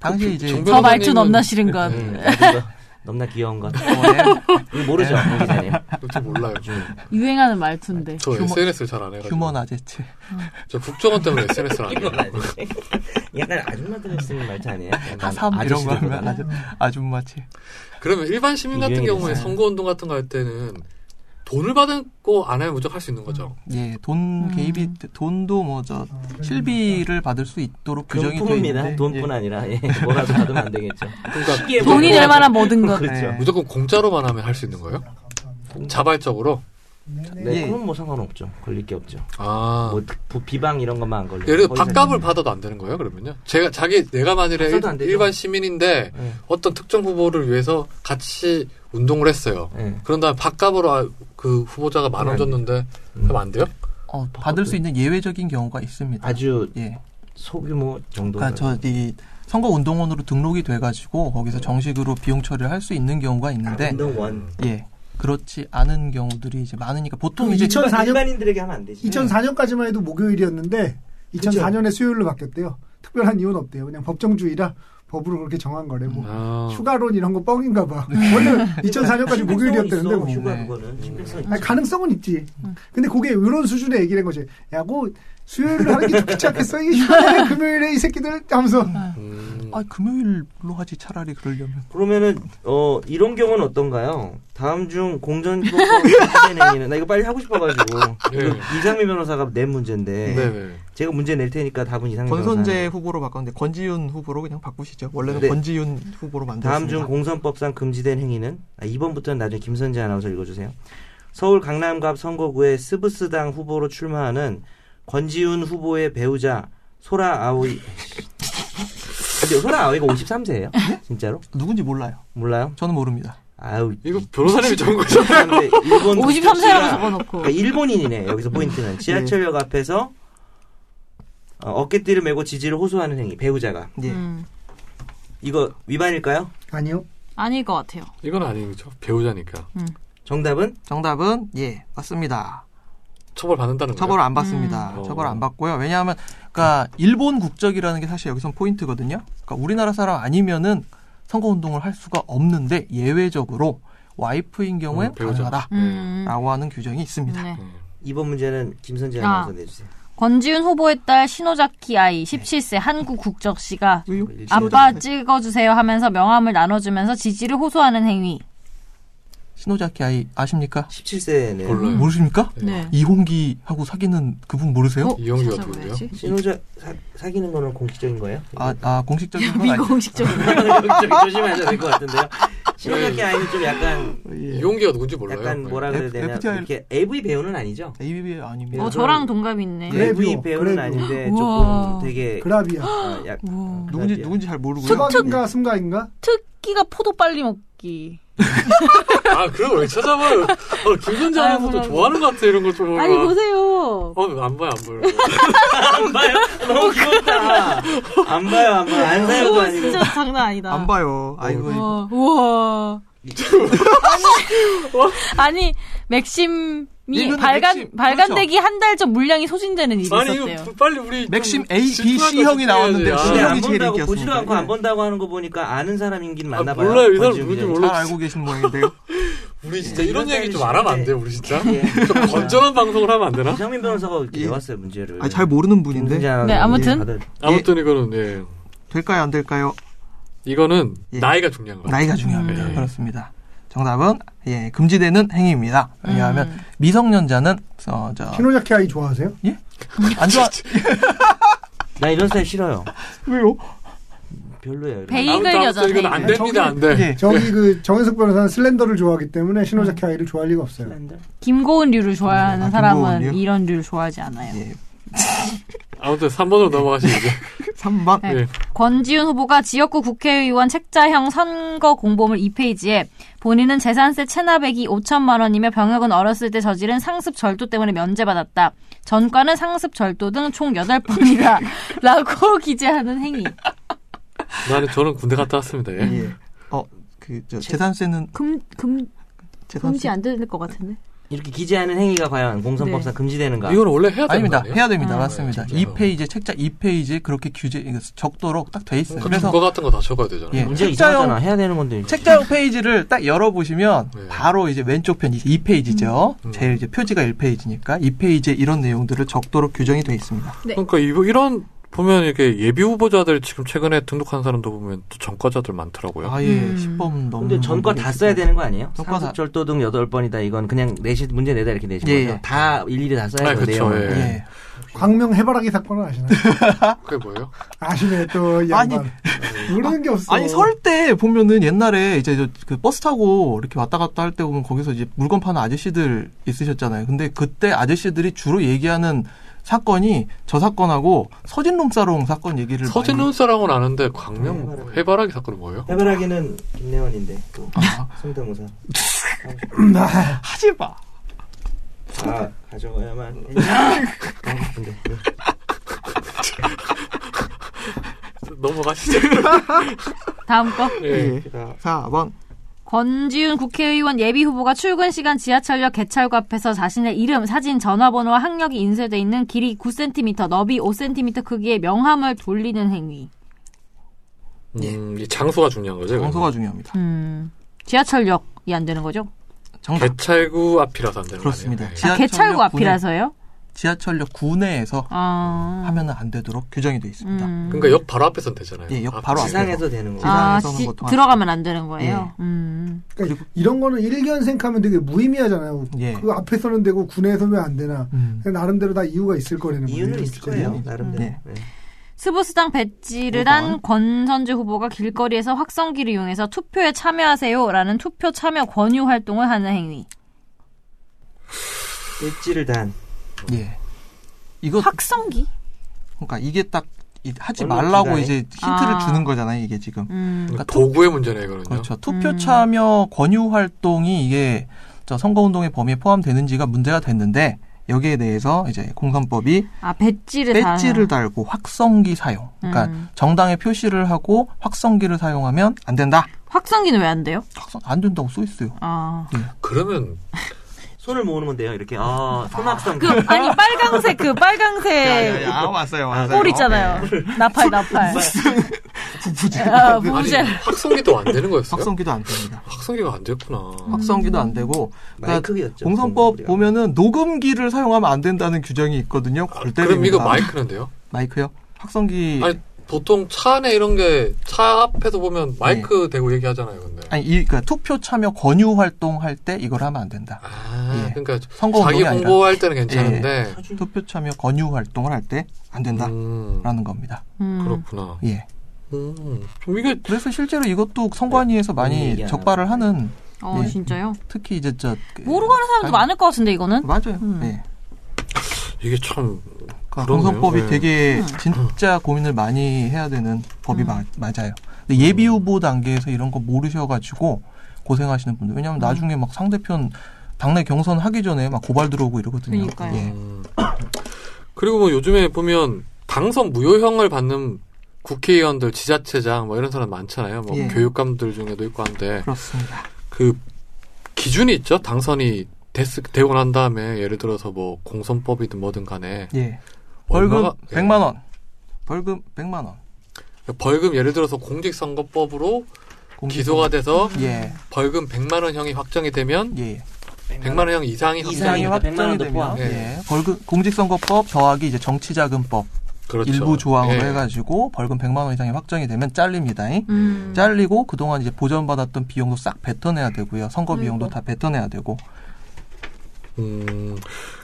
당시에 이제 정변- 저 말투 변호사님은- 넘나 싫은 것. 예, 음, 넘나 귀여운 것 어, 모르죠, 공 기자님. 좀 몰라요. 좀. 유행하는 말투인데. 저 음. 휴먼- SNS를 잘 안 예. 해가지고. 휴먼 아재츠. 저 국정원 때문에 SNS를 안 해요. 약간 아줌마들 쓰는 말투 아니에요? 약간 하삼 이런 거 아저씨들보다. 하면 아주, 아줌마치. 그러면 일반 시민 같은 유행이 경우에 됐어요. 선거운동 같은 거 할 때는 돈을 받고 안 하면 무조건 할 수 있는 거죠. 예, 돈 개입이 돈도 뭐 저 실비를 받을 수 있도록 그건 규정이 돼 뿜입니다. 있는데 돈뿐 아니라 예, 뭐라도 받으면 안 되겠죠. 그러니까 음. 시기에 돈이 맞춰서. 될 만한 모든 것. 그렇죠. 네. 무조건 공짜로만 하면 할 수 있는 아, 거예요? 네, 음. 자발적으로? 네, 예. 그건 뭐 상관없죠. 걸릴 게 없죠. 아. 뭐 부- 비방 이런 것만 안 걸려. 예를 들어 밥값을 받아도 안 되는 거예요, 그러면요? 제가 자기 내가 만일에 받아도 안 일, 되죠. 일반 시민인데 예. 어떤 특정 후보를 위해서 같이 운동을 했어요. 예. 그런 다음에 밥값으로 아- 그 후보자가 만 원 음. 줬는데 그럼 안 돼요? 어, 받을 수 있는 예외적인 경우가 있습니다. 아주 예, 소규모 정도. 그러니까 저이 선거 운동원으로 등록이 돼가지고 거기서 정식으로 비용 처리를 할 수 있는 경우가 있는데 아, 운동원. 예, 그렇지 않은 경우들이 이제 많으니까 보통 이제 2000 2004년 그러니까 일반인들에게 하면 안 되지. 2004년까지만 해도 목요일이었는데 2004년에 수요일로 바뀌었대요. 특별한 이유는 없대요. 그냥 법정주의라 법으로 그렇게 정한 거래 음. 뭐. 아. 휴가론 이런 거 뻥인가 봐. 원래 2004년까지 목요일이었다는데 뭐. 네. 휴가 네. 그거는 신빙성 아니, 가능성은 있지. 근데 그게 이런 수준의 얘기를 한 거지. 야, 뭐 수요일을 하는 게 좋겠지 않겠어? 이게 휴가래 금요일에 이 새끼들 하면서 음. 어, 아 금요일로 하지 차라리 그러려면 그러면은 어 이런 경우는 어떤가요? 다음 중 공전 기본법행위는 나 이거 빨리 하고 싶어가지고 네. 이거 이상민 변호사가 낸 문제인데 네네. 제가 문제 낼 테니까 답은 이상민 권선재 변호사. 후보로 바꿨는데 권지윤 후보로 그냥 바꾸시죠. 원래는 네. 권지윤 후보로 다음 만들었습니다. 중 공선법상 금지된 행위는 아, 2번부터는 나중에 김선재 아나운서 읽어주세요. 서울 강남갑 선거구에 스브스당 후보로 출마하는 권지훈 후보의 배우자 소라 아오이. 근데 소라 아오이가 53세예요? 네? 진짜로? 누군지 몰라요. 몰라요? 저는 모릅니다. 아우 이거 변호사님이 적은 거죠? 53세라고 라 적어놓고. 그러니까 일본인이네 여기서 포인트는 지하철역 앞에서 어, 어깨띠를 메고 지지를 호소하는 행위 배우자가 예. 음. 이거 위반일까요? 아니요. 아닐 것 같아요. 이건 아니죠. 배우자니까. 정답은 정답은 예 맞습니다. 처벌 받는다는 거예요. 처벌 안 받습니다. 음. 처벌 안 어. 받고요. 왜냐하면 그러니까 일본 국적이라는 게 사실 여기선 포인트거든요. 그러니까 우리나라 사람 아니면은 선거 운동을 할 수가 없는데 예외적으로 와이프인 경우엔 음, 배우자. 가능하다라고 음. 하는 규정이 있습니다. 네. 음. 이번 문제는 김선재 아. 아나운서 내주세요. 권지윤 후보의 딸 신호자키 아이 17세 한국 국적 씨가 네. 뭐 의혹? 아빠 찍어주세요 하면서 명함을 나눠주면서 지지를 호소하는 행위. 신호자키 아이 아십니까? 17세네. 몰라요. 모르십니까? 네. 이홍기하고 사귀는 그분 모르세요? 이영규가 어? 찾아봐야지. 누구예요? 신호자 사, 사귀는 거는 공식적인 거예요? 아, 아 공식적인 건 아니. 비공식적으로. 네. 좀 조심하셔야 될 것 같은데요. 신호자키 아이는 좀 약간 이용기가 누군지 몰라요. 약간 뭐라 그래야 되나 FTI 이렇게 AV 배우는 아니죠? ABB 아닙니다. 어, 저랑 동갑이 있네. 네. AV 그래비오, 배우는 그래비오. 아닌데 우와. 조금 되게 그라비아. 아, 약, 우와. 누군지 그래비아. 누군지 잘 모르고요. 수박인가 승가인가? 특기가 포도 빨리 먹기. 아, 그걸 왜 찾아봐요? 어, 김선재 아유, 아나운서도 몰라. 좋아하는 것 같아, 이런 걸 좀. 아니 보세요. 어, 안 봐요, 안 봐요. 안 봐요? 너무 귀엽다. 안 봐요, 안 봐요. 안 사요도 우와 어. 아니고. 진짜 장난 아니다. 안 봐요. 아이고 이거. 우와. 우와. 아니, 아니 맥심이 이거는 발간 맥심, 발간되기 한 달 전 물량이 소진되는 일이 아니, 있었대요. 음. 이거 빨리 우리. 맥심 좀 A, B, 집중하자, C 형이 나왔는데 집중해야지. 아, 근데 안 신형이 제일 본다고 인기였습니다. 보지도 않고 예. 안 본다고 하는 거 보니까 아는 사람인긴 맞나 아, 봐요. 몰라요. 이 사람 권지훈 누군지 기자님. 몰라. 잘 알고 계신 모양인데요. 아, 우리 진짜 이런 이런 얘기 좀 사람이 알아면 안 싫은데. 돼요, 우리 진짜? 예. 좀 건전한 방송을 하면 안 되나? 이상민 변호사가 이렇게 예. 내왔어요 문제를. 아, 잘 모르는 분인데 김승재 아나운서 네, 아무튼. 예, 다들 아무튼 이거는, 예. 될까요 안 될까요? 이거는 예. 나이가 중요한 거야. 나이가 중요합니다. 네. 그렇습니다. 정답은 예 금지되는 행위입니다. 왜냐하면 음. 미성년자는 어, 저, 키노자키 아이 좋아하세요? 안 좋아 나 이런 스타일 싫어요. 왜요? 별로예요. 이런 베이- 거. 아무튼, 이글 아무튼 이건 여자, 안 네. 됩니다, 안 돼. 예. 네. 저기 그 정혜석 변호사는 슬렌더를 좋아하기 때문에 신호자키 아이를 좋아할 리가 없어요. 음. 슬렌더? 김고은류를 좋아하는 아, 사람은 김고은류? 이런 류를 좋아하지 않아요. 예. 아무튼 3번으로 넘어가시죠. 3번. 네. 예. 권지윤 후보가 지역구 국회의원 책자형 선거 공보물 2페이지에 본인은 재산세 체납액이 5천만 원이며 병역은 어렸을 때 저지른 상습 절도 때문에 면제받았다. 전과는 상습 절도 등 총 8번이다. 라고 기재하는 행위. 나는 저는 군대 갔다 왔습니다. 예. 예. 어, 그, 저, 재산세는, 금, 금, 금지 재산세. 안 될 것 같은데. 이렇게 기재하는 행위가 과연 공선법상 네. 금지되는가? 이건 원래 해야 되는 아닙니다. 거 아니에요? 해야 됩니다. 아. 맞습니다. 진짜요? 이 페이지에 책자 2페이지에 그렇게 규제 이거 적도록 딱 돼 있어요. 그래서 네. 그래서 그거 같은 거 다 적어야 되잖아요. 예. 문제가 책자형- 이상하잖아. 해야 되는 건데. 책자용 페이지를 딱 열어보시면 네. 바로 이제 왼쪽 편 2페이지죠. 음. 제일 이제 표지가 1페이지니까 2페이지에 이런 내용들을 적도록 규정이 돼 있습니다. 그러니까 이- 이런 보면 이렇게 예비 후보자들 지금 최근에 등록한 사람도 보면 또 전과자들 많더라고요. 아예 음. 10범 넘는 근데 전과 다 써야 되는 거 아니에요? 전과 다- 상습 절도 등 8번이다. 이건 그냥 내신 문제 내다 이렇게 내신 예, 거죠. 예. 다 일일이 다 써야 아, 돼요. 그쵸, 내용은. 예. 예. 광명 해바라기 사건은 아시나요? 그게 뭐예요? 아시네 또이 아니. 양반. 모르는 게 없어. 아니 설 때 보면은 옛날에 이제 저그 버스 타고 이렇게 왔다 갔다 할 때 보면 거기서 이제 물건 파는 아저씨들 있으셨잖아요. 근데 그때 아저씨들이 주로 얘기하는 사건이 저 사건하고 서진룸사롱 사건 얘기를 서진 그 많이- 네, 눈사랑은 아는데 광명 해바라기 사건은 뭐예요? 해바라기는 김내원인데 또 아, 성대모사. 하지 마. 아 가져가야만. 아, 아, 너무 바쁜데. 넘어가시죠. 다음 거. 예. 4번. 권지윤 국회의원 예비 후보가 출근 시간 지하철역 개찰구 앞에서 자신의 이름, 사진, 전화번호와 학력이 인쇄돼 있는 길이 9cm, 너비 5cm 크기의 명함을 돌리는 행위. 음, 이 장소가 중요한 거죠. 예. 장소가 중요합니다. 음, 지하철역이 안 되는 거죠? 정답. 개찰구 앞이라서 안 되는 거 그렇습니다. 아니에요? 예. 지하- 아, 개찰구 지하철역 구내. 앞이라서요? 지하철역 구내에서 아, 하면은 안 되도록 규정이 돼 있습니다. 음. 그러니까 역 바로 앞에선 되잖아요. 예, 역 앞- 바로 앞. 지상에서 되는 거. 아, 지상에서는 지- 보통 안 들어가면 안 되는 거예요. 음. 그러니까 이런 거는 일견생각하면 되게 무의미하잖아요. 예. 그 앞에 서는 되고 군에서 왜안 되나. 음. 그냥 나름대로 다 이유가 있을 거라는 이유는 거예요. 있을 거예요. 그죠? 나름대로. 네. 네. 스브스당 배지를 단 권선주 후보가 길거리에서 확성기를 이용해서 투표에 참여하세요라는 투표 참여 권유 활동을 하는 행위. 일지를 단. 예. 이거 확성기? 그러니까 이게 딱 이- 하지 언론 말라고 기간에? 이제 힌트를 아. 주는 거잖아요. 이게 지금. 음. 그러니까 도구의 문제네요, 그러면. 그렇죠. 투표 참여 권유 활동이 이게 저 선거운동의 범위에 포함되는지가 문제가 됐는데 여기에 대해서 이제 공선법이 아 배지를 다. 배지를 달고 확성기 사용. 그러니까 음. 정당의 표시를 하고 확성기를 사용하면 안 된다. 확성기는 왜 안 돼요? 확성 안 된다고 써 있어요. 아. 그러면 손을 모으는 건데요. 이렇게 아 손악성. 그 아니 빨강색 그 빨강색 왔어요. 볼 있잖아요. 네. 나팔 나팔. 아, 부부제. 아니 확성기도 안 되는 거였어요? 확성기도 안 됩니다. 확성기가 안 됐구나. 확성기도 안 되고 그러니까 마이크였죠. 공선법 보면은 녹음기를 사용하면 안 된다는 규정이 있거든요. 골 아, 그럼 이거 아, 때립니다. 마이크는데요? 마이크요? 확성기 아니, 아니, 보통 차 안에 이런 게 차 앞에서 예. 보면 마이크 대고 얘기하잖아요, 근데. 이 그러니까 투표 참여 권유 활동할 때 이걸 하면 안 된다. 아, 예. 그러니까 선거 자기 운동이 아니라 홍보할 때는 괜찮은데. 투표 참여 권유 활동을 할 때 안 된다라는 음, 겁니다. 음. 그렇구나. 예. 음, 그럼 이게 그래서 실제로 이것도 선관위에서 음, 많이 얘기 안 적발을 하는 어 예. 진짜요? 특히 이제 저 그- 모르고 하는 사람도 아니, 많을 것 같은데 이거는. 맞아요. 음. 예. 이게 참 그러니까 그러네요. 공선법이 네. 되게 음. 진짜 고민을 많이 해야 되는 법이 마- 맞아요. 근데 예비 후보 단계에서 이런 거 모르셔가지고 고생하시는 음. 분들. 왜냐하면 나중에 막 상대편 당내 경선 하기 전에 막 고발 들어오고 이러거든요. 그러니까요. 예. 음. 그리고 뭐 요즘에 보면 당선 무효형을 받는 국회의원들, 지자체장 뭐 이런 사람 많잖아요. 뭐 예. 교육감들 중에도 있고 한데 그렇습니다. 그 기준이 있죠. 당선이 됐, 되고 난 다음에 예를 들어서 뭐 공선법이든 뭐든 간에 예. 벌금 얼마가- 예. 100만 원. 벌금 100만 원. 벌금 예를 들어서 공직선거법으로 공직- 기소가 돼서 예. 벌금 100만 원형이 확정이 되면 예. 예. 100만 원형 이상이 확정이 이상이 확- 그러니까 100만 원도 포함. 네. 예. 벌금 공직선거법 저하기 이제 정치자금법 그렇죠. 일부 조항으로 예. 해가지고 벌금 100만 원 이상이 확정이 되면 잘립니다. 음. 잘리고 그동안 이제 보전받았던 비용도 싹 뱉어내야 되고요. 선거 비용도 다 뱉어내야 되고. 음,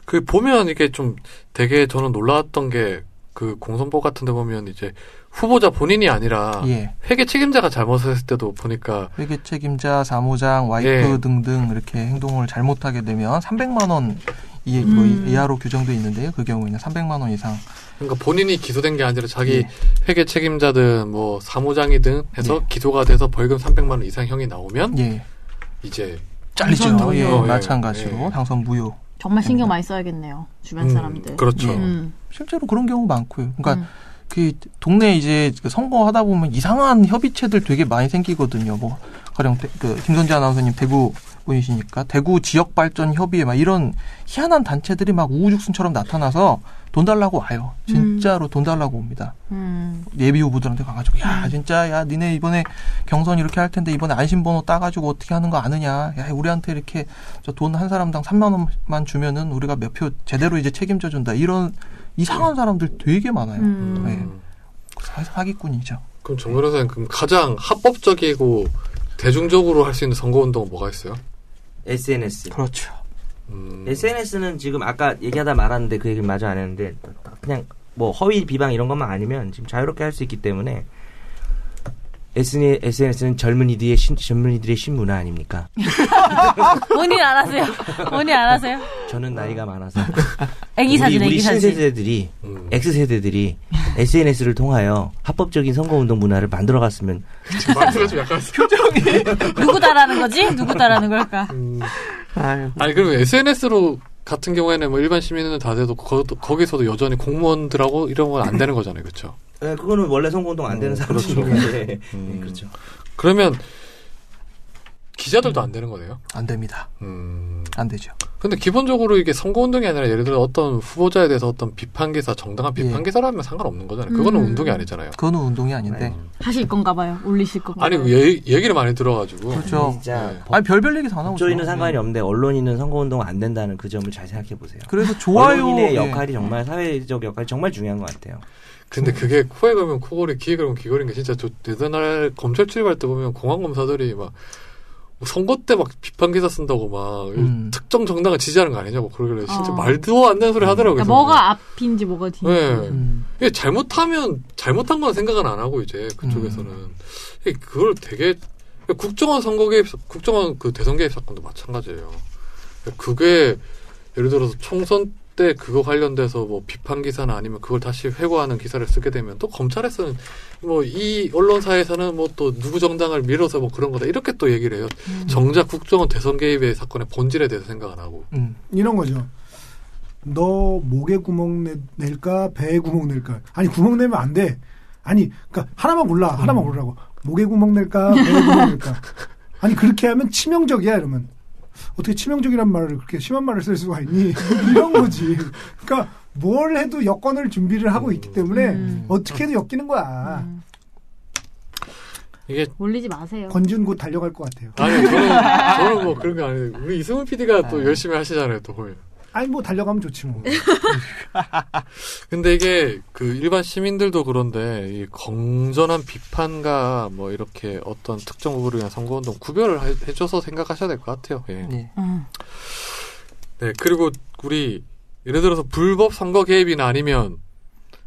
그 보면 이게 좀 되게 저는 놀라웠던 게 그 공선법 같은 데 보면 이제 후보자 본인이 아니라 예. 회계 책임자가 잘못했을 때도 보니까 회계 책임자, 사무장, 와이프 예. 등등 이렇게 행동을 잘못하게 되면 300만 원 이, 뭐 음. 이하로 규정돼 있는데요. 그 경우에는 300만 원 이상. 그러니까 본인이 기소된 게 아니라 자기 네. 회계 책임자든 뭐 사무장이든 해서 네. 기소가 돼서 벌금 300만 원 이상 형이 나오면 예. 이제 잘리죠. 당선 예, 무효. 마찬가지로 예. 당선 무효. 정말 신경 많이 써야겠네요. 주변 음, 사람들. 그렇죠. 예. 음. 실제로 그런 경우 많고요. 그러니까 음. 그 동네 이제 그 선거하다 보면 이상한 협의체들 되게 많이 생기거든요. 뭐 가령 대- 그 김선재 아나운서님 대구 분이시니까 대구 지역 발전 협의회 막 이런 희한한 단체들이 막 우후죽순처럼 나타나서 돈 달라고 와요. 진짜로 돈 달라고 옵니다. 음. 예비 후보들한테 가가지고 야 진짜 야 니네 이번에 경선 이렇게 할 텐데 이번에 안심번호 따가지고 어떻게 하는 거 아느냐 야 우리한테 이렇게 저 돈 한 사람당 3만 원만 주면은 우리가 몇 표 제대로 이제 책임져 준다 이런 이상한 사람들 되게 많아요 음. 네. 사- 사기꾼이죠 그럼 정 변호사님 그럼 가장 합법적이고 대중적으로 할 수 있는 선거 운동은 뭐가 있어요? SNS. 그렇죠 음, SNS는 지금 아까 얘기하다 말았는데 그 얘기를 마저 안 했는데 그냥 뭐 허위 비방 이런 것만 아니면 지금 자유롭게 할 수 있기 때문에 SNS는 젊은이들의 신, 젊은이들의 신문화 아닙니까? 본인 안 하세요. 본인 안 하세요. 저는 나이가 많아서 애기 사진, 우리, 우리 애기 사진. 신세대들이 음. X 세대들이 SNS를 통하여 합법적인 선거 운동 문화를 만들어갔으면 지금 말투가 좀 약간 누구다라는 거지? 누구다라는 걸까? 음. 아유 아니 그럼 SNS로 같은 경우에는 뭐 일반 시민은 다 돼도 거, 거기서도 여전히 공무원들하고 이런 건 안 되는 거잖아요, 그렇죠? 네, 그거는 원래 선거 운동 안 되는 음, 사람들인데 그렇죠. 네, 음. 그렇죠. 그러면 기자들도 안 되는 거네요. 안 됩니다 음. 안 되죠 근데 기본적으로 이게 선거 운동이 아니라 예를 들어 어떤 후보자에 대해서 어떤 비판 기사, 정당한 비판 예. 기사라면 상관없는 거잖아요. 그거는 음. 운동이 아니잖아요. 그거는 운동이 아닌데 네. 하실 건가 봐요. 올리실 건가 아니 그 봐요. 얘, 얘기를 많이 들어가지고 그렇죠 진짜 네. 법- 아니 별별 얘기 다 나오죠 법조인은 상관이 예. 없는데 언론인은 선거 운동 안 된다는 그 점을 잘 생각해 보세요. 그래서 좋아요 언론인의 예. 역할이 정말 사회적 역할이 정말 중요한 것 같아요. 음. 근데 그게 코에 걸면 코골이, 귀에 걸면 귀걸이인 게 진짜 저 대단할 검찰 출입할 때 보면 공안 검사들이 막뭐 선거 때 막 비판 기사 쓴다고 막 음. 특정 정당을 지지하는 거 아니냐고 뭐 그러길래 진짜 어. 말도 안 되는 소리 하더라고요. 그러니까 뭐가 앞인지 뭐가 뒤인지. 네. 음. 이게 잘못하면 잘못한 건 생각은 안 하고 이제 그쪽에서는 이게 그걸 되게 국정원 선거 개입 사- 국정원 그 대선 개입 사건도 마찬가지예요. 그게 예를 들어서 총선 때 그거 관련돼서 뭐 비판 기사나 아니면 그걸 다시 회고하는 기사를 쓰게 되면 또 검찰에서는 뭐 이 언론사에서는 뭐 또 누구 정당을 밀어서 뭐 그런 거다 이렇게 또 얘기를 해요. 정작 국정원 대선 개입의 사건의 본질에 대해서 생각 안 하고. 음. 이런 거죠. 너 목에 구멍 내- 낼까 배에 구멍 낼까? 아니 구멍 내면 안 돼. 아니 그러니까 하나만 골라 음. 하나만 고르라고 목에 구멍 낼까 배에 구멍 낼까? 아니 그렇게 하면 치명적이야 이러면 어떻게 치명적이란 말을 그렇게 심한 말을 쓸 수가 있니? 이런 거지. 그러니까 뭘 해도 여건을 준비를 하고 있기 때문에 음. 어떻게든 엮이는 거야. 음. 이게 올리지 마세요. 권준 곧 달려갈 것 같아요. 아니 저는 저는 뭐 그런 거 아니에요. 우리 이승훈 PD가 또 열심히 하시잖아요, 또 보면. 아니 뭐 달려가면 좋지 뭐. 근데 이게 그 일반 시민들도 그런데 이 건전한 비판과 뭐 이렇게 어떤 특정 후보를 위한 선거운동 구별을 해- 해줘서 생각하셔야 될 것 같아요. 예. 예. 음. 네 그리고 우리 예를 들어서 불법 선거 개입이나 아니면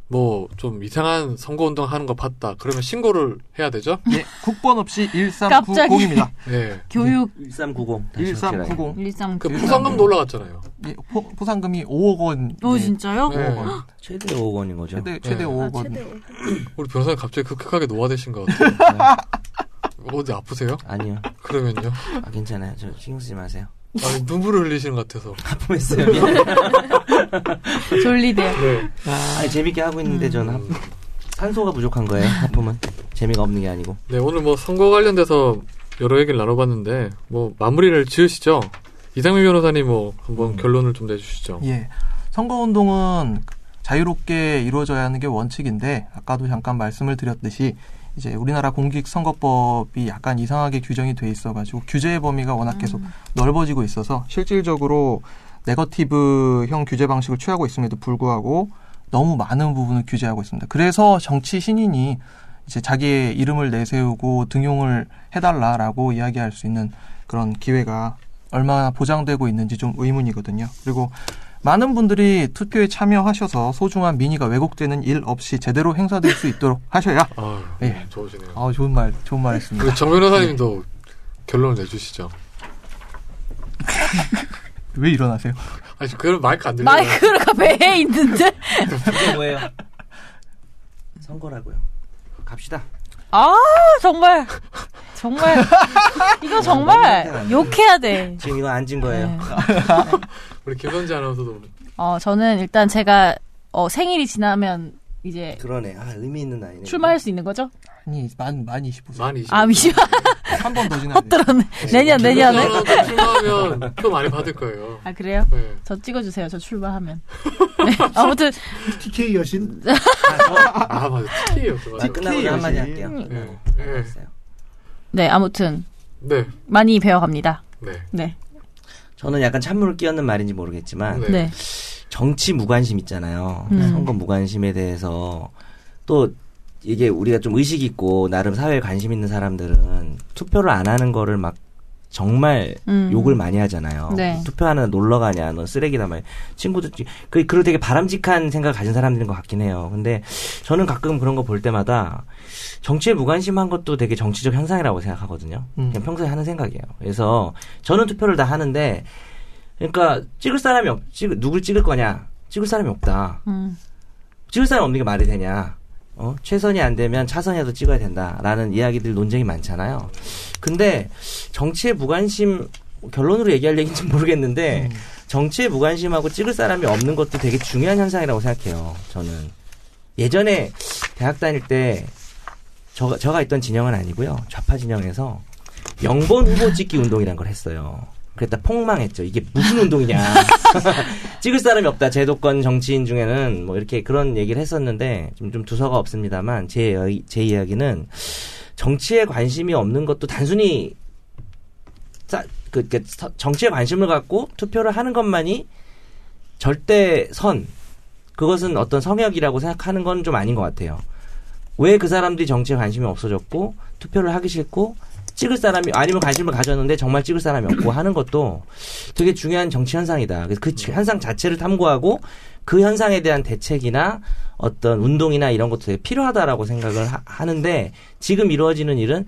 뭐 좀 이상한 선거운동 하는 거 봤다. 그러면 신고를 해야 되죠? 예, 국번 없이 갑자기. 1390입니다. 예. 교육 1390. 다시 확실하게. 1390. 13. 그 포상금도 올라갔잖아요. 예, 포, 포상금이 5억 원. 오 어, 그- 예, 진짜요? 음. 네. 5억 원. 최대 5억 원인 거죠. 최대 최대 예. 5억 원. 우리 변호사님 갑자기 극극하게 노화되신 것 같아요. 어디 아프세요? 아니요. 그러면요? 아, 괜찮아요. 저 신경 쓰지 마세요. 아니, 눈물을 흘리시는 것 같아서. 아프겠어요. 미안해요. 졸리대요. 네. 아니, 재밌게 하고 있는데 저는 하- 산소가 부족한 거예요. 하품은 재미가 없는 게 아니고. 네, 오늘 뭐 선거 관련돼서 여러 얘기를 나눠봤는데 뭐 마무리를 지으시죠. 이상민 변호사님 뭐 한번 음. 결론을 좀 내주시죠. 예. 선거 운동은 자유롭게 이루어져야 하는 게 원칙인데 아까도 잠깐 말씀을 드렸듯이 이제 우리나라 공직선거법이 약간 이상하게 규정이 돼 있어가지고 규제의 범위가 워낙 아, 계속 음. 넓어지고 있어서 실질적으로 네거티브형 규제 방식을 취하고 있음에도 불구하고 너무 많은 부분을 규제하고 있습니다. 그래서 정치 신인이 이제 자기의 이름을 내세우고 등용을 해달라라고 이야기할 수 있는 그런 기회가 얼마나 보장되고 있는지 좀 의문이거든요. 그리고 많은 분들이 투표에 참여하셔서 소중한 민의가 왜곡되는 일 없이 제대로 행사될 수 있도록 하셔야. 아유, 예. 좋으시네요. 아 좋은 말, 좋은 말 했습니다. 그리고 정 변호사님도 결론을 내주시죠. 왜 일어나세요? 아니 그럼 마이크 안 들려. 마이크가 배에 있는데? 이게 뭐예요? 선거라고요. 갑시다. 아, 정말. 정말. 이거 정말 욕해야 돼. 지금 이거 앉은 거예요. 네. 우리 김선재 아나운서도 오늘. 어, 저는 일단 제가 어, 생일이 지나면 이제 그러네. 아, 의미 있는 나이네. 출마할 수 있는 거죠? 아니 만, 만 25세 만 20. 아, 미시마 한 번 더 지나야 돼 헛들었네. 내년, 내년에. 김선재 출마하면 표 많이 받을 거예요. 아, 그래요? 네. 저 찍어주세요. 저 출마하면. 네. 아무튼 TK 여신 아 맞아 TK예요. 네. 그거 맞아요. 끝나고 한마디 할게요. 음. 끝나고. 예. 예. 알았어요. 네, 아무튼 네. 많이 배워갑니다. 네. 네, 저는 약간 찬물을 끼얹는 말인지 모르겠지만 네. 네, 정치 무관심 있잖아요. 음. 선거 무관심에 대해서 또 이게 우리가 좀 의식 있고 나름 사회에 관심 있는 사람들은 투표를 안 하는 거를 막 정말 음. 욕을 많이 하잖아요. 네. 투표하는 놀러 가냐, 넌 쓰레기다 말. 친구들 그 그런 되게 바람직한 생각 가진 사람들인 것 같긴 해요. 근데 저는 가끔 그런 거 볼 때마다 정치에 무관심한 것도 되게 정치적 현상이라고 생각하거든요. 음. 그냥 평소에 하는 생각이에요. 그래서 저는 투표를 다 하는데 그러니까 찍을 사람이 없, 찍, 누굴 찍을 거냐? 찍을 사람이 없다. 음. 찍을 사람 없는 게 말이 되냐? 어? 최선이 안 되면 차선이라도 찍어야 된다라는 이야기들 논쟁이 많잖아요. 근데 정치에 무관심 결론으로 얘기할 얘기인지 모르겠는데 정치에 무관심하고 찍을 사람이 없는 것도 되게 중요한 현상이라고 생각해요. 저는 예전에 대학 다닐 때 저, 저가 있던 진영은 아니고요. 좌파 진영에서 영번 후보 찍기 운동이라는 걸 했어요. 그랬다 폭망했죠. 이게 무슨 운동이냐. 찍을 사람이 없다. 제도권 정치인 중에는 뭐 이렇게 그런 얘기를 했었는데 좀, 좀 두서가 없습니다만 제, 이야기- 제 이야기는 정치에 관심이 없는 것도 단순히 싸- 그, 그 서- 정치에 관심을 갖고 투표를 하는 것만이 절대 선 그것은 어떤 성역이라고 생각하는 건 좀 아닌 것 같아요. 왜 그 사람들이 정치에 관심이 없어졌고 투표를 하기 싫고 찍을 사람이 아니면 관심을 가졌는데 정말 찍을 사람이 없고 하는 것도 되게 중요한 정치 현상이다. 그래서 그 지- 현상 자체를 탐구하고 그 현상에 대한 대책이나 어떤 운동이나 이런 것도 되게 필요하다라고 생각을 하, 는데 지금 이루어지는 일은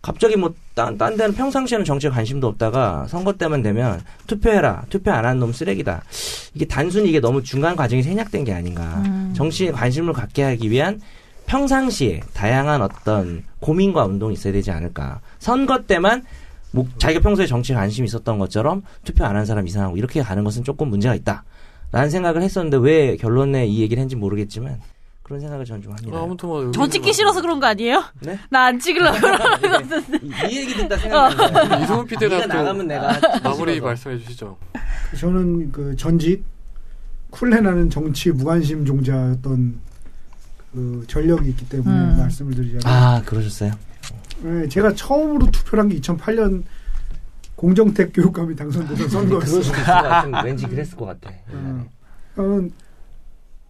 갑자기 뭐딴 딴 데는 평상시에는 정치에 관심도 없다가 선거 때만 되면 투표해라 투표 안 하는 놈 쓰레기다 이게 단순히 이게 너무 중간 과정이 생략된 게 아닌가 음. 정치에 관심을 갖게 하기 위한 평상시에 다양한 어떤 고민과 운동이 있어야 되지 않을까. 선거 때만 뭐 자기가 평소에 정치에 관심이 있었던 것처럼 투표 안 한 사람 이상하고 이렇게 가는 것은 조금 문제가 있다. 라는 생각을 했었는데 왜 결론에 이 얘기를 했는지 모르겠지만 그런 생각을 저는 좀 합니다. 아, 아무튼 뭐 저 찍기 싫어서 그런 거 아니에요? 네? 나 안 찍으려고 그러는 거. 이, 이 얘기 듣다 생각나요. 뭐 이승훈 PD가 네가 또 아, 나가면 내가 찍기 마무리 싫어서. 말씀해 주시죠. 저는 그 전직 쿨레나는 정치 무관심 종자였던 그 전력이 있기 때문에 음. 말씀을 드리자면 아 그러셨어요? 네, 제가 처음으로 투표를 한 게 2008년 공정택 교육감이 당선되던 선거였어요. 뭐, 그러실 것 같은 왠지 그랬을 것 같아. 음. 저는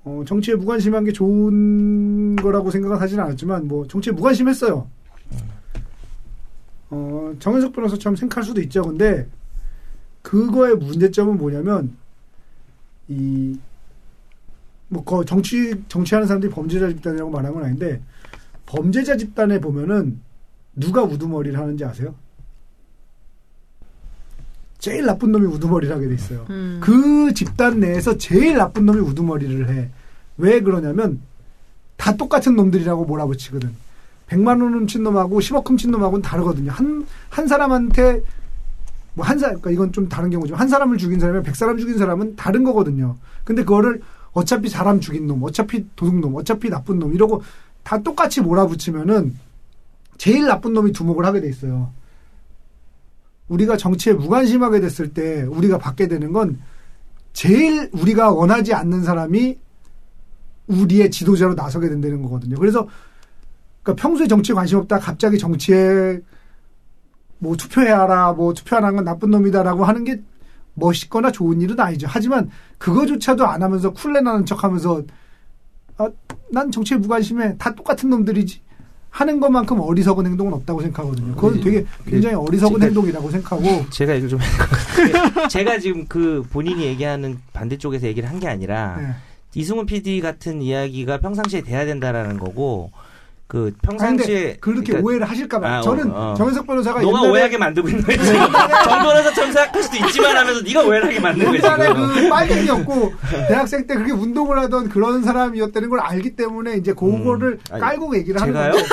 어, 정치에 무관심한 게 좋은 거라고 생각은 하진 않았지만 뭐 정치에 무관심했어요. 어, 정현석 변호사처럼 생각할 수도 있죠. 근데 그거의 문제점은 뭐냐면 이뭐 뭐 정치 정치하는 사람들이 범죄자 집단이라고 말하는 건 아닌데 범죄자 집단에 보면은 누가 우두머리를 하는지 아세요? 제일 나쁜 놈이 우두머리를 하게 돼 있어요. 음. 그 집단 내에서 제일 나쁜 놈이 우두머리를 해. 왜 그러냐면 다 똑같은 놈들이라고 몰아붙이거든. 100만 원 훔친 놈하고 10억 훔친 놈하고는 다르거든요. 한, 한 사람한테 뭐 한 사람, 그러니까 이건 좀 다른 경우죠. 한 사람을 죽인 사람이랑 100사람 죽인 사람은 다른 거거든요. 근데 그거를 어차피 사람 죽인 놈, 어차피 도둑놈, 어차피 나쁜 놈 이러고 다 똑같이 몰아붙이면은 제일 나쁜 놈이 두목을 하게 돼 있어요. 우리가 정치에 무관심하게 됐을 때 우리가 받게 되는 건 제일 우리가 원하지 않는 사람이 우리의 지도자로 나서게 된다는 거거든요. 그래서 그러니까 평소에 정치에 관심 없다 갑자기 정치에 뭐 투표해라 뭐 투표 안 한 건 나쁜 놈이다라고 하는 게 멋있거나 좋은 일은 아니죠. 하지만 그거조차도 안 하면서 쿨레나는 척하면서 아, 난 정치에 무관심해 다 똑같은 놈들이지 하는 것만큼 어리석은 행동은 없다고 생각하거든요. 그건 되게 굉장히 어리석은 지금- 행동이라고 생각하고 제가 얘기를 좀 했는데 제가 지금 그 본인이 얘기하는 반대쪽에서 얘기를 한 게 아니라 네. 이승훈 PD 같은 이야기가 평상시에 돼야 된다라는 거고 그 아니, 근데 평상시에 그렇게 그러니까 오해를 하실까봐 아, 저는 어. 정현석 변호사가 너가 옛날에 오해하게 만들고 있는 거지. 정변에서 처음 생각할 수도 있지만 하면서 네가 오해하게 만드는 거지. 옛날에 그 빨갱이였고 대학생 때 그렇게 운동을 하던 그런 사람이었다는 걸 알기 때문에 이제 그거를 음, 아니, 깔고 얘기를 하는 제가요? 거예요.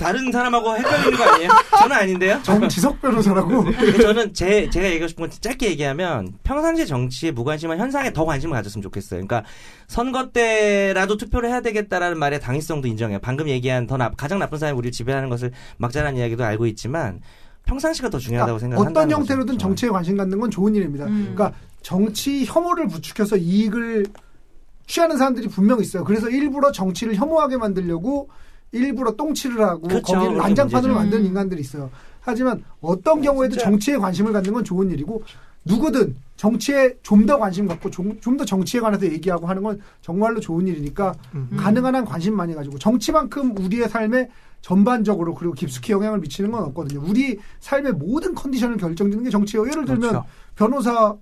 다른 사람하고 헷갈리는 거 아니에요? 저는 아닌데요. 정지석 변호사라고. 근데 저는 제 제가 얘기하고 싶은 건 짧게 얘기하면 평상시 정치에 무관심한 현상에 더 관심을 가졌으면 좋겠어요. 그러니까 선거 때라도 투표를 해야 되겠다라는 말의 당위성도 인정해요. 방금 얘기한 더 나, 가장 나쁜 사람이 우리를 지배하는 것을 막자라는 이야기도 알고 있지만 평상시가 더 중요하다고 음. 생각한다. 그러니까 어떤 형태로든 정치에 관심 갖는 건 좋은 일입니다. 음. 그러니까 정치 혐오를 부추겨서 이익을 취하는 사람들이 분명 있어요. 그래서 일부러 정치를 혐오하게 만들려고 일부러 똥칠을 하고 그렇죠. 거기를 그게 난장판으로 문제죠. 만드는 인간들이 있어요. 하지만 어떤 경우에도 진짜. 정치에 관심을 갖는 건 좋은 일이고 누구든 정치에 좀 더 관심 갖고 좀 더 정치에 관해서 얘기하고 하는 건 정말로 좋은 일이니까 음. 음. 가능한 한 관심 많이 가지고 정치만큼 우리의 삶에 전반적으로 그리고 깊숙이 영향을 미치는 건 없거든요. 우리 삶의 모든 컨디션을 결정짓는 게 정치예요. 예를 들면 그렇죠. 변호사가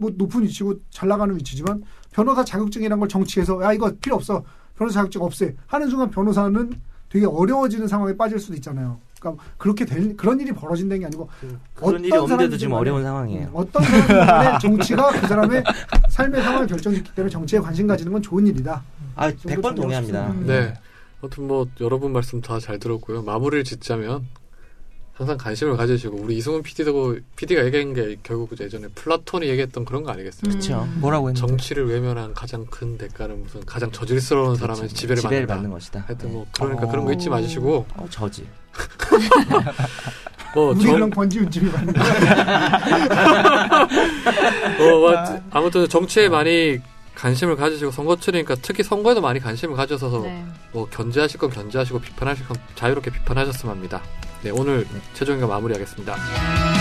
뭐 높은 위치고 잘 나가는 위치지만 변호사 자격증이란 걸 정치에서 야 이거 필요 없어 변호사 자격증 없애 하는 순간 변호사는 되게 어려워지는 상황에 빠질 수도 있잖아요. 그러니까 그렇게 될 그런 일이 벌어진다는 게 아니고 그런 일이 어떤 없는데도 사람이든 지금 간에 어려운 상황이에요. 어떤 사람의 정치가 그 사람의 삶의 상황을 결정짓기 때문에 정치에 관심 가지는 건 좋은 일이다. 아, 100번 동의합니다. 음. 네. 아무튼 뭐 여러분 말씀 다 잘 들었고요. 마무리를 짓자면 항상 관심을 가지시고 우리 이승훈 PD도 PD가 얘기한 게 결국 이제 예전에 플라톤이 얘기했던 그런 거 아니겠어요? 그렇죠. 뭐라고 했는데? 정치를 외면한 가장 큰 대가는 무슨 가장 저질스러운 사람의 지배를, 그렇죠. 지배를 받는 받는다. 것이다. 하여튼 네. 뭐 그러니까 어. 그런 거 잊지 마시고 어, 저지. 뭐 우리 정- 그런 번지운 집이 많은 어, 뭐, 아무튼 정치에 많이 관심을 가지시고 선거철이니까 특히 선거에도 많이 관심을 가져서 네. 뭐 견제하실 건 견제하시고 비판하실 건 자유롭게 비판하셨으면 합니다. 네 오늘 최종의가 마무리하겠습니다.